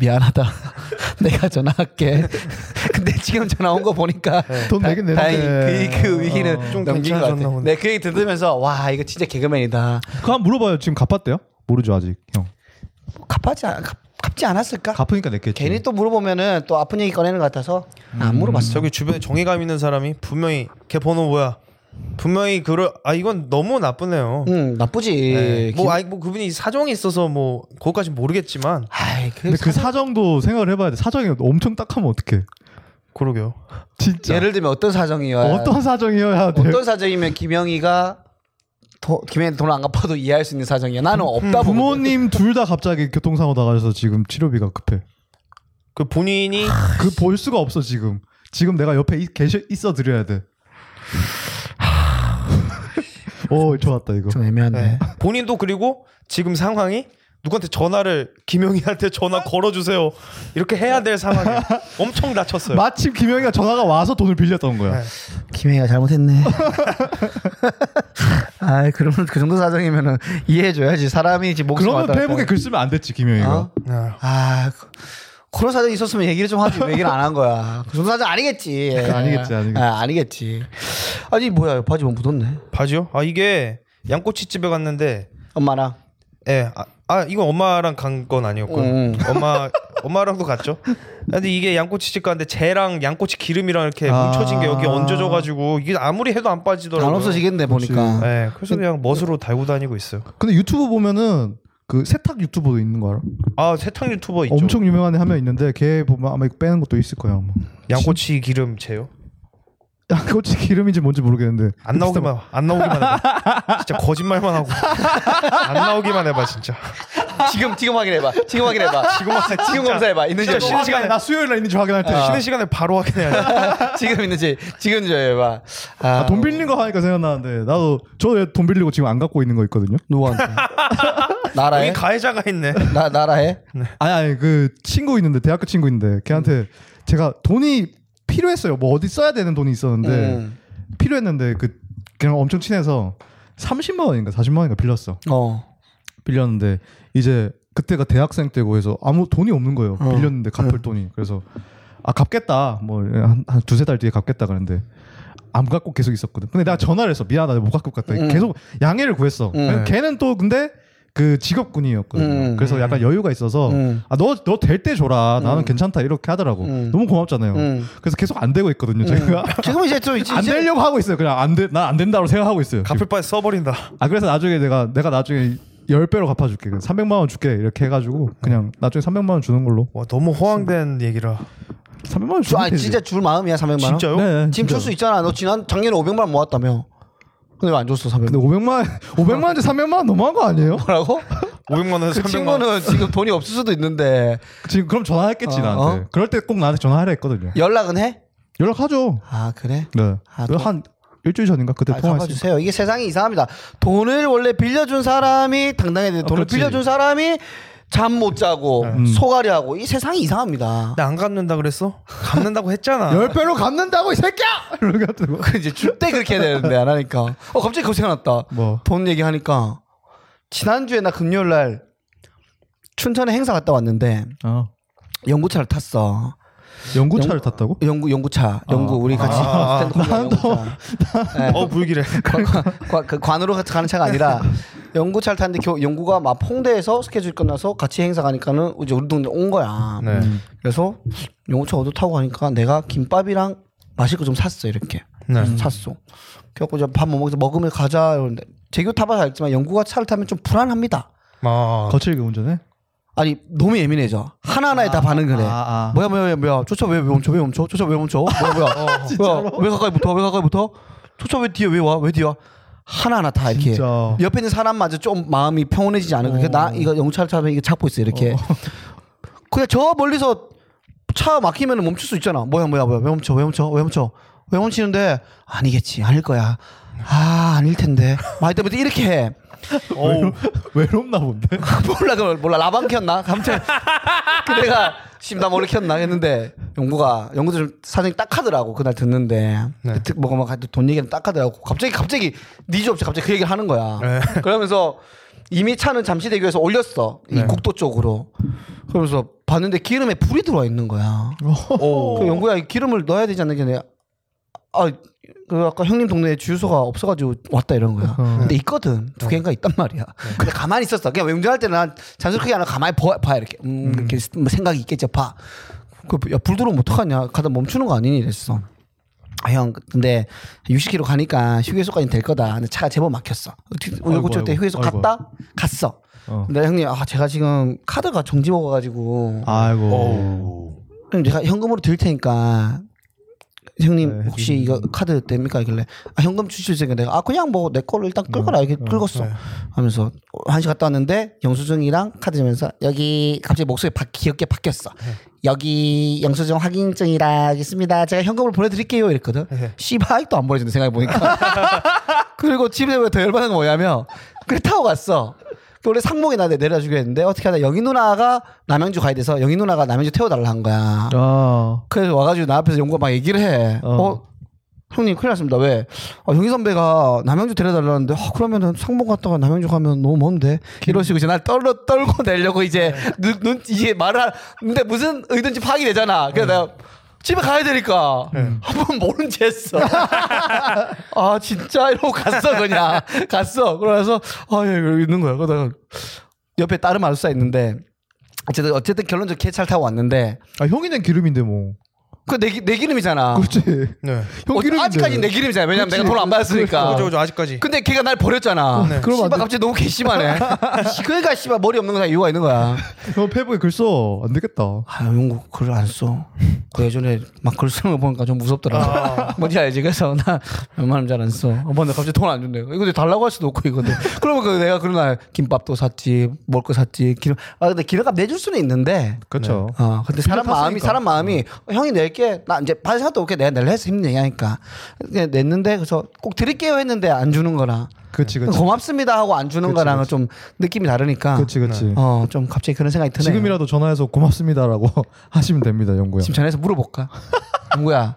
[SPEAKER 1] 미안하다. [laughs] 내가 전화할게. [laughs] 근데 지금 전화 온 거 보니까
[SPEAKER 2] 네.
[SPEAKER 3] 돈
[SPEAKER 1] 다-
[SPEAKER 3] 내긴 내는데.
[SPEAKER 1] 다행히 그, 그 위기는
[SPEAKER 3] 어.
[SPEAKER 1] 넘긴
[SPEAKER 2] 좀
[SPEAKER 1] 것
[SPEAKER 2] 괜찮아졌나
[SPEAKER 1] 같아.
[SPEAKER 2] 보네.
[SPEAKER 1] 내그 얘기 들으면서 와 이거 진짜 개그맨이다.
[SPEAKER 3] 그거 한번 물어봐요. 지금 갚았대요? 모르죠 아직 형.
[SPEAKER 1] 갚지 않, 갚, 갚지 않았을까?
[SPEAKER 3] 갚으니까 냈겠지.
[SPEAKER 1] 아, 괜히 또 물어보면은 또 아픈 얘기 꺼내는 것 같아서
[SPEAKER 3] 음,
[SPEAKER 1] 안 물어봤어.
[SPEAKER 2] 저기 주변에 정의감 있는 사람이 분명히 걔 번호 뭐야? 분명히 그럴 아 이건 너무 나쁘네요.
[SPEAKER 1] 응 나쁘지.
[SPEAKER 2] 네.
[SPEAKER 1] 음, 예, 김-
[SPEAKER 2] 뭐 아니 뭐 그분이 사정이 있어서 뭐 그것까진 모르겠지만
[SPEAKER 1] 아이 그,
[SPEAKER 3] 근데 그
[SPEAKER 1] 사정-
[SPEAKER 3] 사정도 생각을 해봐야 돼. 사정이 엄청 딱하면 어떡해?
[SPEAKER 2] 그러게요.
[SPEAKER 3] 진짜.
[SPEAKER 1] 예를 들면 어떤 사정이야?
[SPEAKER 3] 어떤 사정이어야 돼?
[SPEAKER 1] 어떤 사정이면 김영희가 도- 김영희 돈을 안 갚아도 이해할 수 있는 사정이야. 나는 없다 보거든.
[SPEAKER 3] 음, 부모님 둘 다 갑자기 교통사고 나가셔서 지금 치료비가 급해.
[SPEAKER 2] 그 본인이
[SPEAKER 3] 그 볼 수가 없어 지금. 지금 내가 옆에 있, 계셔 있어 드려야 돼. 오 좋았다 이거.
[SPEAKER 1] 좀 애매한데. [laughs]
[SPEAKER 2] 네. 본인도 그리고 지금 상황이 누구한테 전화를 김영희한테 전화 걸어주세요 이렇게 해야 될 상황에 엄청 다쳤어요.
[SPEAKER 3] 마침 김영희가 전화가 와서 돈을 빌렸던 거야.
[SPEAKER 2] 네.
[SPEAKER 1] 김혜희가
[SPEAKER 3] [laughs]
[SPEAKER 1] 잘못했네. 아, 그러면 그 정도 사정이면은 이해해줘야지. 사람이 지 목숨
[SPEAKER 3] 그러면
[SPEAKER 1] 왔다 갔다
[SPEAKER 3] 페북에
[SPEAKER 1] 하니까.
[SPEAKER 3] 글 쓰면 안 됐지 김영희가.
[SPEAKER 1] 어?
[SPEAKER 2] 아,
[SPEAKER 1] 아, 그- 그런 사정이 있었으면 얘기를 좀 하지. 왜 얘기를 안 한 거야. 그 정도 사정 아니겠지.
[SPEAKER 3] 아니겠지, 아니겠지.
[SPEAKER 1] 아, 아니겠지. 아니, 뭐야. 바지 못 묻었네.
[SPEAKER 2] 바지요? 아 이게 양꼬치 집에 갔는데
[SPEAKER 1] 엄마랑.
[SPEAKER 2] 예. 아, 아 이건 엄마랑 간 건 아니었고
[SPEAKER 1] 음.
[SPEAKER 2] 엄마 엄마랑도 갔죠. 근데 이게 양꼬치집 갔는데 쟤랑 양꼬치 기름이랑 이렇게
[SPEAKER 3] 아.
[SPEAKER 2] 뭉쳐진 게 여기 얹어져가지고 이게 아무리 해도 안 빠지더라고요.
[SPEAKER 1] 안 없어지겠네, 보니까.
[SPEAKER 2] 예. 그래서 그냥 멋으로 달고 다니고 있어요.
[SPEAKER 3] 근데 유튜브 보면은 그 세탁 유튜버도 있는 거 알아?
[SPEAKER 2] 아 세탁 유튜버 있죠.
[SPEAKER 3] 엄청 유명한 애 한 명 있는데 걔 보면 아마 이거 빼는 것도 있을 거야. 아마.
[SPEAKER 2] 양꼬치 기름 쟤요.
[SPEAKER 3] 야, 그거 진짜 기름인지 뭔지 모르겠는데
[SPEAKER 2] 안 나오기만 안 나오기만 해봐. 진짜 거짓말만 하고 안 나오기만 해봐 진짜.
[SPEAKER 1] 지금, 지금 확인해봐. 지금 확인해봐.
[SPEAKER 2] 지금 와
[SPEAKER 1] 지금 검사해봐. 있는지
[SPEAKER 2] 진짜 쉬는
[SPEAKER 1] 없는지.
[SPEAKER 2] 시간에
[SPEAKER 3] 나 수요일날 있는지 확인할 때.
[SPEAKER 2] 쉬는 시간에 바로 확인해야 돼.
[SPEAKER 1] 지금 있는지. 지금 좀 해봐. 아,
[SPEAKER 3] 아, 돈 빌린 거 하니까 생각나는데 나도 저돈 빌리고 지금 안 갖고 있는 거 있거든요.
[SPEAKER 1] 누구한테?
[SPEAKER 2] 여기
[SPEAKER 1] 나라에?
[SPEAKER 2] 가해자가 있네.
[SPEAKER 1] 나, 나라에?
[SPEAKER 3] 아니 아니 그 친구 있는데 대학교 친구 있는데 걔한테 제가 돈이 필요했어요. 뭐 어디 써야 되는 돈이 있었는데
[SPEAKER 1] 음.
[SPEAKER 3] 필요했는데 그 그냥 엄청 친해서 30만 원인가 40만 원인가 빌렸어.
[SPEAKER 1] 어.
[SPEAKER 3] 빌렸는데 이제 그때가 대학생 때고 해서 아무 돈이 없는 거예요.
[SPEAKER 1] 어.
[SPEAKER 3] 빌렸는데 갚을 돈이. 그래서 아 갚겠다. 뭐한 한 두세 달 뒤에 갚겠다 그랬는데 안 갖고 계속 있었거든. 근데 내가 전화를 해서 미안하다. 내가 못 갖고 갔다.
[SPEAKER 1] 음.
[SPEAKER 3] 계속 양해를 구했어.
[SPEAKER 1] 음.
[SPEAKER 3] 걔는 또 근데 그 직업군이었거든요.
[SPEAKER 1] 음.
[SPEAKER 3] 그래서 약간 여유가 있어서
[SPEAKER 1] 음.
[SPEAKER 3] 아 너 너 될 때 줘라. 나는
[SPEAKER 1] 음.
[SPEAKER 3] 괜찮다. 이렇게 하더라고.
[SPEAKER 1] 음.
[SPEAKER 3] 너무 고맙잖아요.
[SPEAKER 1] 음.
[SPEAKER 3] 그래서 계속 안 되고 있거든요. 제가
[SPEAKER 1] 지금 이제 좀 이제
[SPEAKER 3] [laughs] 안 되려고 하고 있어요. 그냥 안돼난안 된다고 생각하고 있어요.
[SPEAKER 2] 갚을 바에 써버린다.
[SPEAKER 3] 아 그래서 나중에 내가 내가 나중에 10배로 갚아줄게. 300만 원 줄게. 이렇게 해가지고 그냥 나중에 300만 원 주는 걸로.
[SPEAKER 2] 와 너무 호황된 얘기라.
[SPEAKER 3] 300만 원
[SPEAKER 1] 주,
[SPEAKER 3] 주면
[SPEAKER 1] 아니,
[SPEAKER 3] 되지.
[SPEAKER 1] 진짜 줄 마음이야 300만 원.
[SPEAKER 2] 진짜요?
[SPEAKER 3] 네,
[SPEAKER 1] 지금 줄 수 있잖아. 너 지난 작년에 500만 원 모았다며. 근데 왜 안 줬어 300만?
[SPEAKER 3] 근데
[SPEAKER 1] 원?
[SPEAKER 3] 500만 500만 원에 300만 원 너무한 거 아니에요?
[SPEAKER 1] 뭐라고?
[SPEAKER 2] 500만 원에서
[SPEAKER 1] 그
[SPEAKER 2] 300만 원.
[SPEAKER 1] 친구는 지금 돈이 없을 수도 있는데
[SPEAKER 3] 지금 그럼 전화했겠지
[SPEAKER 1] 어,
[SPEAKER 3] 나한테.
[SPEAKER 1] 어?
[SPEAKER 3] 그럴 때 꼭 나한테 전화하라 했거든요.
[SPEAKER 1] 연락은 해?
[SPEAKER 3] 연락하죠.
[SPEAKER 1] 아 그래?
[SPEAKER 3] 네.
[SPEAKER 1] 아, 또-
[SPEAKER 3] 그래서 한 일주일 전인가 그때
[SPEAKER 1] 아,
[SPEAKER 3] 통화했어요.
[SPEAKER 1] 갚아주세요. 이게 세상이 이상합니다. 돈을 원래 빌려준 사람이 당당해야 돼. 돈을
[SPEAKER 3] 어, 그렇지. 네. 음.
[SPEAKER 1] 빌려준 사람이 잠 못 자고 소가리하고 이 세상이 이상합니다.
[SPEAKER 2] 나 안 갚는다 그랬어? 갚는다고 했잖아.
[SPEAKER 3] 네. 10배로 갚는다고 이 새끼야. [laughs] 이러고 하더라고.
[SPEAKER 1] 그 [laughs] 이제 줄 때 그렇게 해야 되는데 안 하니까. 어 갑자기 그거 생각났다.
[SPEAKER 3] 뭐.
[SPEAKER 1] 돈 얘기하니까 지난주에 나 금요일 날 춘천에 행사 갔다 왔는데
[SPEAKER 3] 아.
[SPEAKER 1] 연구차를 탔어.
[SPEAKER 3] 연구차를 탔다고?
[SPEAKER 1] 연구 연구차 연구 우리 같이
[SPEAKER 2] 아, 아.
[SPEAKER 1] 스탠드 연구차. 네.
[SPEAKER 2] 어
[SPEAKER 3] [laughs]
[SPEAKER 2] 불길해.
[SPEAKER 1] 관- [laughs] 관- 그 관으로 같이 가는 차가 아니라 연구차를 탔는데 겨- 연구가 막 홍대에서 스케줄 끝나서 같이 행사 가니까는 이제 우리 동네 온 거야.
[SPEAKER 2] 네.
[SPEAKER 1] 그래서 연구차 어디 타고 가니까 내가 김밥이랑 맛있고 좀 샀어 이렇게
[SPEAKER 2] 네.
[SPEAKER 1] 샀어. 그래갖고 이제 밥못 뭐 먹자 먹으면 가자 이러는데 제교 타봐서 알지만 영구가 차를 타면 좀 불안합니다.
[SPEAKER 2] 아,
[SPEAKER 3] 거칠게 운전해?
[SPEAKER 1] 아니 너무 예민해져 하나하나에 다 반응을 해.
[SPEAKER 3] 아, 아.
[SPEAKER 1] 뭐야 뭐야 뭐야 쫓아 왜, 왜 멈춰 왜 멈춰 쫓아 왜 멈춰 뭐야 뭐야
[SPEAKER 3] 어.
[SPEAKER 1] 뭐야 왜 가까이 붙어 왜 가까이 붙어 쫓아 왜 뒤에 왜 와 왜 뒤에 와 하나하나 다 이렇게
[SPEAKER 3] 진짜. 어.
[SPEAKER 1] 옆에 있는 사람마저 좀 마음이 평온해지지 않은 그게 나 이거 영차를 타면 이거 잡고 있어 이렇게 그냥 저 멀리서 차 막히면 멈출 수 있잖아 뭐야 뭐야 뭐야 왜 멈춰 왜 멈춰 왜 멈춰 왜 멈추는데 아니겠지 아닐 거야 아 아닐 텐데 막 이때부터 이렇게 해 뭐, 어.
[SPEAKER 3] 외로, 외롭나 본데.
[SPEAKER 1] [laughs] 몰라 그 몰라 라방 켰나?
[SPEAKER 2] [laughs]
[SPEAKER 1] 아무튼 그 내가 심나 모르 켰나 했는데 영구가 영구도 좀 사정이 딱하더라고 그날 듣는데
[SPEAKER 2] 네.
[SPEAKER 1] 특 뭐가 막돈 얘기는 딱하더라고 갑자기 갑자기 니즈 없이 갑자기 그 얘기를 하는 거야 그러면서 이미 차는 잠시대교에서 올렸어 이
[SPEAKER 2] 네.
[SPEAKER 1] 국도 쪽으로 그러면서 봤는데 기름에 불이 들어와 있는 거야
[SPEAKER 3] 어.
[SPEAKER 1] 그 영구야 이 기름을 넣어야 되지 않나 걔네 아그 아까 형님 동네에 주유소가 없어가지고 왔다 이런 거야 근데 있거든
[SPEAKER 3] 어.
[SPEAKER 1] 두 개인가 있단 말이야 근데 가만히 있었어 그냥 왜 운전할 때는 난 잔소리 크게 안 하고 가만히 봐, 봐 이렇게 음, 이렇게 뭐 생각이 있겠지 봐그야불 들어오면 어떡하냐 가다 멈추는 거 아니니 이랬어 아, 형 근데 60km 가니까 휴게소까지 는 될 거다 근데 차가 제법 막혔어
[SPEAKER 3] 아이고,
[SPEAKER 1] 요구쪽 때
[SPEAKER 3] 아이고,
[SPEAKER 1] 휴게소
[SPEAKER 3] 아이고.
[SPEAKER 1] 갔다 갔어
[SPEAKER 3] 어.
[SPEAKER 1] 근데 형님 아 제가 지금 카드가 정지 먹어가지고
[SPEAKER 3] 아. 아이고.
[SPEAKER 1] 형님 제가 현금으로 드릴 테니까 형님
[SPEAKER 3] 네,
[SPEAKER 1] 혹시 이거 카드 됩니까 이길래 아, 현금 주실 테니까 내가 아 그냥 뭐 내 걸로 일단 끌거라
[SPEAKER 3] 음,
[SPEAKER 1] 이렇게 끌었어
[SPEAKER 3] 네.
[SPEAKER 1] 하면서 한시 갔다 왔는데 영수증이랑 카드 주면서 여기 갑자기 목소리 바, 귀엽게 바뀌었어
[SPEAKER 3] 네.
[SPEAKER 1] 여기 영수증 확인증이라 있습니다 제가 현금으로 보내드릴게요 이랬거든
[SPEAKER 2] 네.
[SPEAKER 1] 씨발 또안 보내준다 생각해 보니까 그리고 집에 더 열받는 건 뭐냐면 그래 타고 갔어. 그 원래 상목이 나한테 내려주기로 했는데 어떻게 하다 영희 누나가 남양주 가야 돼서 영희 누나가 남양주 태워달라 한 거야.
[SPEAKER 3] 아.
[SPEAKER 1] 그래서 와가지고 나 앞에서 용구가 막 얘기를 해. 어.
[SPEAKER 3] 어.
[SPEAKER 1] 형님 큰일 났습니다. 왜? 아, 영희 선배가 남양주 데려달라는데 아, 그러면은 상봉 갔다가 남양주 가면 너무 먼데 이런 식으로 이제 날 떨어 떨고 [laughs] 내려고 이제 눈, 눈 이제 말을 하, 근데 무슨 의도인지 파악이 되잖아. 그래서 내가 집에 가야 되니까 한번 모른 체 했어. [laughs] 아 진짜 이러고 갔어 그냥 [laughs] 갔어. 그러면서 아예 있는 거야. 그러다가 옆에 다른 마술사 있는데 어쨌든 어쨌든 결론적으로 개찰 타고 왔는데
[SPEAKER 3] 아 형이는 기름인데 뭐.
[SPEAKER 1] 그내내 내 기름이잖아. 어,
[SPEAKER 3] 그렇지.
[SPEAKER 2] 네.
[SPEAKER 3] 형 기름인데.
[SPEAKER 1] 아직까지 내 기름이잖아. 왜냐면 내가 돈 안 받았으니까.
[SPEAKER 2] 그죠, 그죠. 아직까지.
[SPEAKER 1] 근데 걔가 날 버렸잖아.
[SPEAKER 2] 네.
[SPEAKER 1] 그럼
[SPEAKER 3] 그러면 안
[SPEAKER 1] 씨발
[SPEAKER 3] 돼.
[SPEAKER 1] 갑자기 너무 [laughs] 괘씸하네. 그러니까 씨발 머리 없는 거다 이유가 있는 거야.
[SPEAKER 3] 형 페북에 글 써. 안 되겠다.
[SPEAKER 1] 아 용구 글을 안 써. 그 예전에 막 글 쓰는 거 보니까 좀 무섭더라. [laughs] 뭔지 알지? 그래서 나 웬만하면 잘 안 써. 어머나 갑자기 돈 안 준대. 이거 달라고 할 수도 없고 이건데. [laughs] 그러면 그 내가 그날 김밥도 샀지, 먹을 거 샀지. 기름. 아 근데 기름값 내줄 수는 있는데.
[SPEAKER 3] 그렇죠.
[SPEAKER 1] 어, 근데 사람
[SPEAKER 3] 탔으니까.
[SPEAKER 1] 마음이 사람 마음이 어, 형이 낼게 나 이제 받을 생각도 없게 내가 낼래 해서 힘든 얘기하니까 그냥 냈는데 그래서 꼭 드릴게요 했는데 안 주는 거랑
[SPEAKER 3] 그렇지 그렇지.
[SPEAKER 1] 고맙습니다 하고 안 주는 거랑은 좀 느낌이 다르니까
[SPEAKER 3] 그렇지 그렇지.
[SPEAKER 1] 어 좀 갑자기 그런 생각이 드네
[SPEAKER 3] 지금이라도 전화해서 고맙습니다라고 [laughs] 하시면 됩니다, 영구야.
[SPEAKER 1] 지금 전화해서 물어볼까 누구야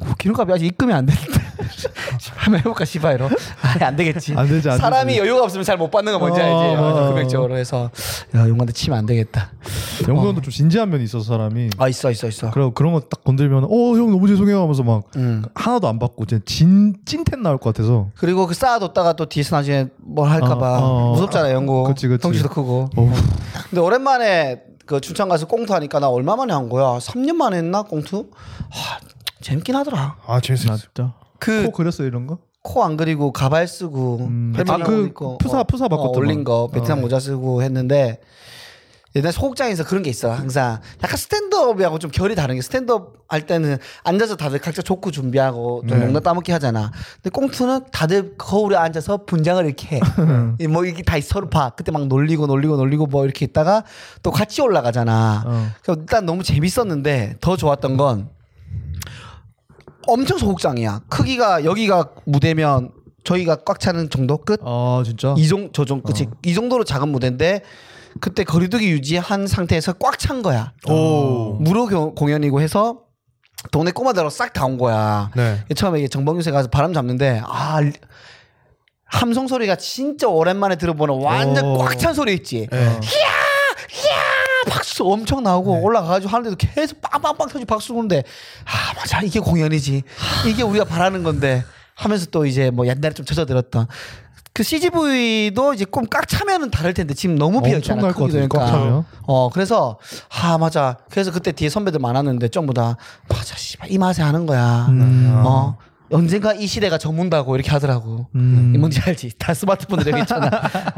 [SPEAKER 1] 어, 기름값이 아직 입금이 안 됐는데 [laughs] 한번 해볼까 씨발 이러 아니 안 되겠지
[SPEAKER 3] 안 되지, 안 되지.
[SPEAKER 1] 사람이 여유가 없으면 잘 못 받는 거 뭔지
[SPEAKER 3] 어,
[SPEAKER 1] 알지
[SPEAKER 3] 어, 어.
[SPEAKER 1] 금액적으로 해서 야 용한테 치면 안 되겠다
[SPEAKER 3] 영구 형도 좀 진지한 면이 있어서 사람이.
[SPEAKER 1] 아 있어 있어 있어
[SPEAKER 3] 그리고 그런 거 딱 건들면 어 형 너무 죄송해요 하면서 막
[SPEAKER 1] 음.
[SPEAKER 3] 하나도 안 받고 진짜 진 찐텐 나올 것 같아서
[SPEAKER 1] 그리고 그 쌓아뒀다가 또 뒤에서 나중에 뭘 할까봐
[SPEAKER 3] 어, 어, 어.
[SPEAKER 1] 무섭잖아요 영국
[SPEAKER 3] 그치, 그치.
[SPEAKER 1] 덩치도
[SPEAKER 3] [laughs]
[SPEAKER 1] 크고
[SPEAKER 3] 어우.
[SPEAKER 1] 근데 오랜만에 그 춘천 가서 꽁투 하니까 나 얼마 만에 한 거야 3년 만에 했나 꽁투 하, 재밌긴 하더라
[SPEAKER 2] 아, 재밌어요.
[SPEAKER 3] 진짜
[SPEAKER 1] 그
[SPEAKER 3] 코
[SPEAKER 1] 코 안
[SPEAKER 3] 그렸어 이런 거?
[SPEAKER 1] 그리고 가발 쓰고
[SPEAKER 3] 음.
[SPEAKER 1] 베트남
[SPEAKER 3] 아, 그
[SPEAKER 1] 옷 입고, 어,
[SPEAKER 3] 푸사- 푸사 어. 바꿨더만.
[SPEAKER 1] 올린 거 베트남 모자 쓰고 했는데 옛날 소극장에서 그런 게 있어 항상 약간 스탠드업이하고 좀 결이 다른 게 스탠드업 할 때는 앉아서 다들 각자 조크 준비하고
[SPEAKER 3] 네.
[SPEAKER 1] 좀 농담 따먹기 하잖아 근데 꽁투는 다들 거울에 앉아서 분장을
[SPEAKER 3] [laughs]
[SPEAKER 1] 이렇게 해뭐 이게 다 서로 봐 그때 막 놀리고 놀리고 놀리고 뭐 이렇게 있다가 또 같이 올라가잖아
[SPEAKER 3] 어.
[SPEAKER 1] 그래서 일단 너무 재밌었는데 더 좋았던 건 엄청 소극장이야 크기가 여기가 무대면 저희가 꽉 차는 정도 끝
[SPEAKER 3] 아 진짜?
[SPEAKER 1] 이종 저종 끝이 이 정도로 작은 무대인데 그때 거리두기 유지한 상태에서 꽉 찬 거야.
[SPEAKER 2] 어.
[SPEAKER 1] 무료 겨- 공연이고 해서 동네 꼬마들로 싹 다 온 거야.
[SPEAKER 2] 네.
[SPEAKER 1] 처음에 이게 정범규 가서 바람 잡는데 아 리- 함성 소리가 진짜 오랜만에 들어보는 완전
[SPEAKER 3] 오.
[SPEAKER 1] 꽉 찬 소리 있지.
[SPEAKER 2] 네.
[SPEAKER 1] 박수 엄청 나오고
[SPEAKER 3] 네.
[SPEAKER 1] 올라가가지고 하는데도 계속 빵빵빵 터지 박수 오는데 아 맞아 이게 뭐 공연이지 이게 우리가 바라는 건데 하면서 또 이제 뭐 옛날에 좀 찾아들었던 그 CGV도 이제 좀꽉 차면은 다를 텐데 지금 너무 비어 있잖아.
[SPEAKER 3] 엄청날 것
[SPEAKER 1] 크기도
[SPEAKER 3] 같은데, 꽉 차면.
[SPEAKER 1] 어 그래서 아 맞아. 그래서 그때 뒤에 선배들 많았는데 전부 다 맞아 씨발 이 맛에 하는 거야.
[SPEAKER 3] 음.
[SPEAKER 1] 어 언젠가 이 시대가 저문다고 이렇게 하더라고.
[SPEAKER 3] 음.
[SPEAKER 1] 뭔지 알지? 다 스마트폰들 여기
[SPEAKER 3] [laughs]
[SPEAKER 1] 있잖아.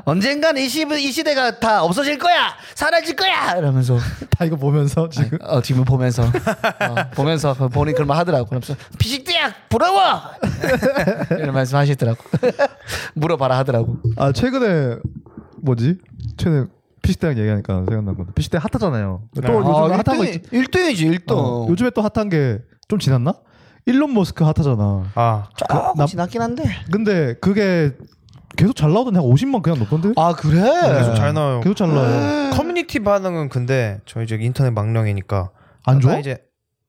[SPEAKER 1] 언젠가는 이, 시, 이 시대가 다 없어질 거야. 사라질 거야. 이러면서
[SPEAKER 3] 다 이거 보면서 지금
[SPEAKER 1] 어, 지금 보면서 어, 보면서 그 본인 그런 말 하더라고. 그러면서 피식대학 부러워 [laughs] 이런 말씀 하시더라고. [laughs] 물어봐라 하더라고.
[SPEAKER 3] 아 최근에 뭐지 최근 에 피식대학 얘기하니까 생각난 건데 피식대 학 핫하잖아요. 또
[SPEAKER 2] 네.
[SPEAKER 3] 어, 요즘 핫한 거 있지.
[SPEAKER 1] 1등이지 1등.
[SPEAKER 3] 어, 요즘에 또 핫한 게 좀 지났나? 일론 머스크 핫하잖아.
[SPEAKER 2] 아
[SPEAKER 1] 조금
[SPEAKER 3] 남-
[SPEAKER 1] 지났긴 한데.
[SPEAKER 3] 근데 그게 계속 잘 나오던데 한 50만 그냥
[SPEAKER 2] 어,
[SPEAKER 3] 높던데?
[SPEAKER 1] 아 그래?
[SPEAKER 2] 계속 잘 나와요.
[SPEAKER 3] 계속 잘 나와.
[SPEAKER 1] 네.
[SPEAKER 2] 커뮤니티 반응은 근데 저희 이제 인터넷 망령이니까
[SPEAKER 3] 안 좋아?
[SPEAKER 2] 약간 이제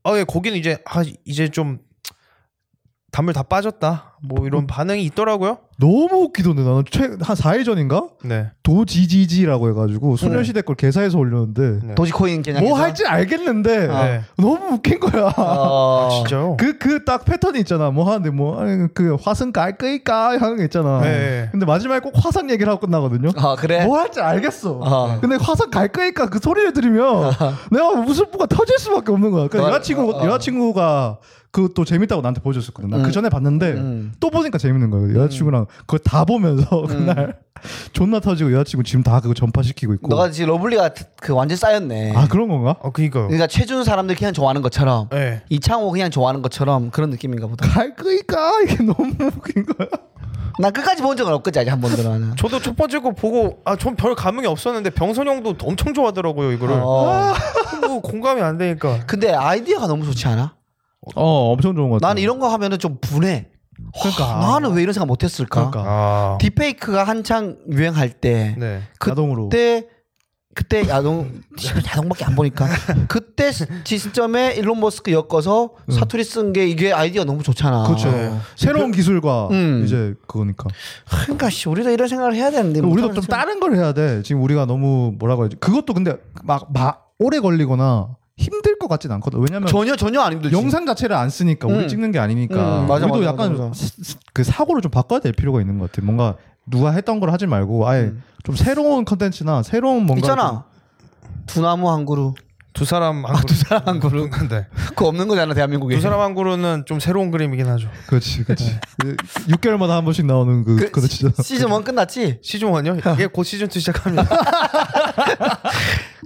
[SPEAKER 2] 아예 거기는 이제 아 이제 좀 담을 다 빠졌다 뭐 이런 반응이 있더라고요. 너무
[SPEAKER 3] 웃기던데 나는 최한 4일 전인가
[SPEAKER 2] 네.
[SPEAKER 3] 도지지지라고 해가지고 소녀시대 걸 개사해서 올렸는데
[SPEAKER 2] 네.
[SPEAKER 1] 도지코인 개념.
[SPEAKER 3] 뭐 할지 아, 알겠는데
[SPEAKER 1] 아.
[SPEAKER 2] 네.
[SPEAKER 3] 너무 웃긴 거야.
[SPEAKER 2] 아.
[SPEAKER 1] 어.
[SPEAKER 2] 진짜요?
[SPEAKER 3] 그 그 딱 패턴이 있잖아. 뭐 하는데 뭐 그 화승 깔끌까 하는 게 있잖아.
[SPEAKER 2] 네.
[SPEAKER 3] 근데 마지막에 꼭 화상 얘기를 하고 끝나거든요.
[SPEAKER 1] 아 그래?
[SPEAKER 3] 뭐 네. 할지 알겠어.
[SPEAKER 2] 아.
[SPEAKER 1] 어.
[SPEAKER 3] 근데 화상 갈거니까 그 소리를 [laughs] 들으면 내가 웃음보가 터질 수밖에 없는 거야. 그러니까
[SPEAKER 1] 너-
[SPEAKER 3] 여자친구
[SPEAKER 1] 어, 어.
[SPEAKER 3] 여자친구가 그것도 재밌다고 나한테 보여줬었거든. 나
[SPEAKER 1] 음.
[SPEAKER 3] 그 전에 봤는데
[SPEAKER 1] 음.
[SPEAKER 3] 또 보니까 재밌는 거야. 여자친구랑 그걸 다 보면서 그날 [laughs] 존나 터지고 여자친구 지금 다 그거 전파시키고 있고.
[SPEAKER 1] 너가 지금 러블리가 그 완전 쌓였네.
[SPEAKER 3] 아 그런 건가?
[SPEAKER 2] 어 그니까요.
[SPEAKER 1] 그러니까 최준 사람들 그냥 좋아하는 것처럼
[SPEAKER 2] 네.
[SPEAKER 1] 이창호 그냥 좋아하는 것처럼 그런 느낌인가 보다.
[SPEAKER 3] 갈거니까 [laughs] 이게 너무 웃긴 거야.
[SPEAKER 1] 나 끝까지 본 적은 없거든 아직 한 번도
[SPEAKER 3] [laughs]
[SPEAKER 1] 나는.
[SPEAKER 2] 저도 첫 번째 거 보고 아 전 별 감흥이 없었는데 병선 형도 엄청 좋아하더라고요 이거를.
[SPEAKER 1] 어.
[SPEAKER 2] 뭐 공감이 안 되니까.
[SPEAKER 1] 근데 아이디어가 너무 좋지 않아?
[SPEAKER 3] 어 엄청 좋은 거 같아.
[SPEAKER 1] 나는 이런 거 하면은 좀 분해.
[SPEAKER 3] 그러니까.
[SPEAKER 1] 와, 나는 왜 이런 생각 못했을까?
[SPEAKER 3] 그러니까.
[SPEAKER 2] 아.
[SPEAKER 1] 딥페이크가 한창 유행할 때
[SPEAKER 2] 네.
[SPEAKER 3] 자동으로.
[SPEAKER 1] 그때 그때 야동 씨발, 야동밖에 안
[SPEAKER 3] [laughs]
[SPEAKER 1] 보니까 그때 시- 시점에 일론 머스크 엮어서 사투리 쓴 게 이게 아이디어 너무 좋잖아.
[SPEAKER 3] 음. 그렇죠. 새로운 기술과
[SPEAKER 1] 음.
[SPEAKER 3] 이제 그거니까.
[SPEAKER 1] 그러니까 씨 우리도 이런 생각을 해야 되는데
[SPEAKER 3] 그러니까 우리도
[SPEAKER 1] 네, 못하면서
[SPEAKER 3] 좀 다른 걸 해야 돼. 지금 우리가 너무 뭐라고 해야지. 그것도 근데 막, 막 오래 걸리거나 힘들 것 같진 않거든. 왜냐면
[SPEAKER 1] 전혀 전혀 안 힘들지.
[SPEAKER 3] 영상 자체를 안 쓰니까
[SPEAKER 1] 음.
[SPEAKER 3] 우리 찍는 게 아니니까
[SPEAKER 1] 음, 맞아,
[SPEAKER 3] 우리도
[SPEAKER 1] 맞아,
[SPEAKER 3] 약간
[SPEAKER 1] 맞아, 맞아.
[SPEAKER 3] 스- 스- 그 사고를 좀 바꿔야 될 필요가 있는 것 같아. 뭔가 누가 했던 걸 하지 말고 아예 좀 새로운 컨텐츠나 새로운 뭔가
[SPEAKER 1] 음. 있잖아. 두 나무 한 그루.
[SPEAKER 2] 두 사람 한 그룹. 아, 두 사람 한 그룹. 네.
[SPEAKER 1] 그거 없는 거잖아 대한민국에.
[SPEAKER 2] 두 사람 한 그룹은 좀 새로운 그림이긴 하죠.
[SPEAKER 3] 좀- 그렇지, 그렇지. 6개월마다 한 번씩 나오는 그
[SPEAKER 1] 네. 그 시,
[SPEAKER 3] 컨텐츠잖아.
[SPEAKER 1] 시즌 1 끝났지?
[SPEAKER 2] 시즌 [laughs] 1이요? 이게 곧 시즌 2 시작합니다.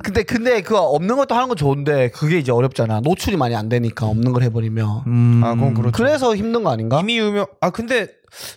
[SPEAKER 1] 근데 근데 그거 없는 것도 하는 건 좋은데 그게 이제 어렵잖아. 노출이 많이 안 되니까 없는 걸 해버리면.
[SPEAKER 3] 음,
[SPEAKER 2] 아, 그건 그렇죠.
[SPEAKER 1] 그래서 힘든 거 아닌가?
[SPEAKER 2] 이미 유명. 아 근데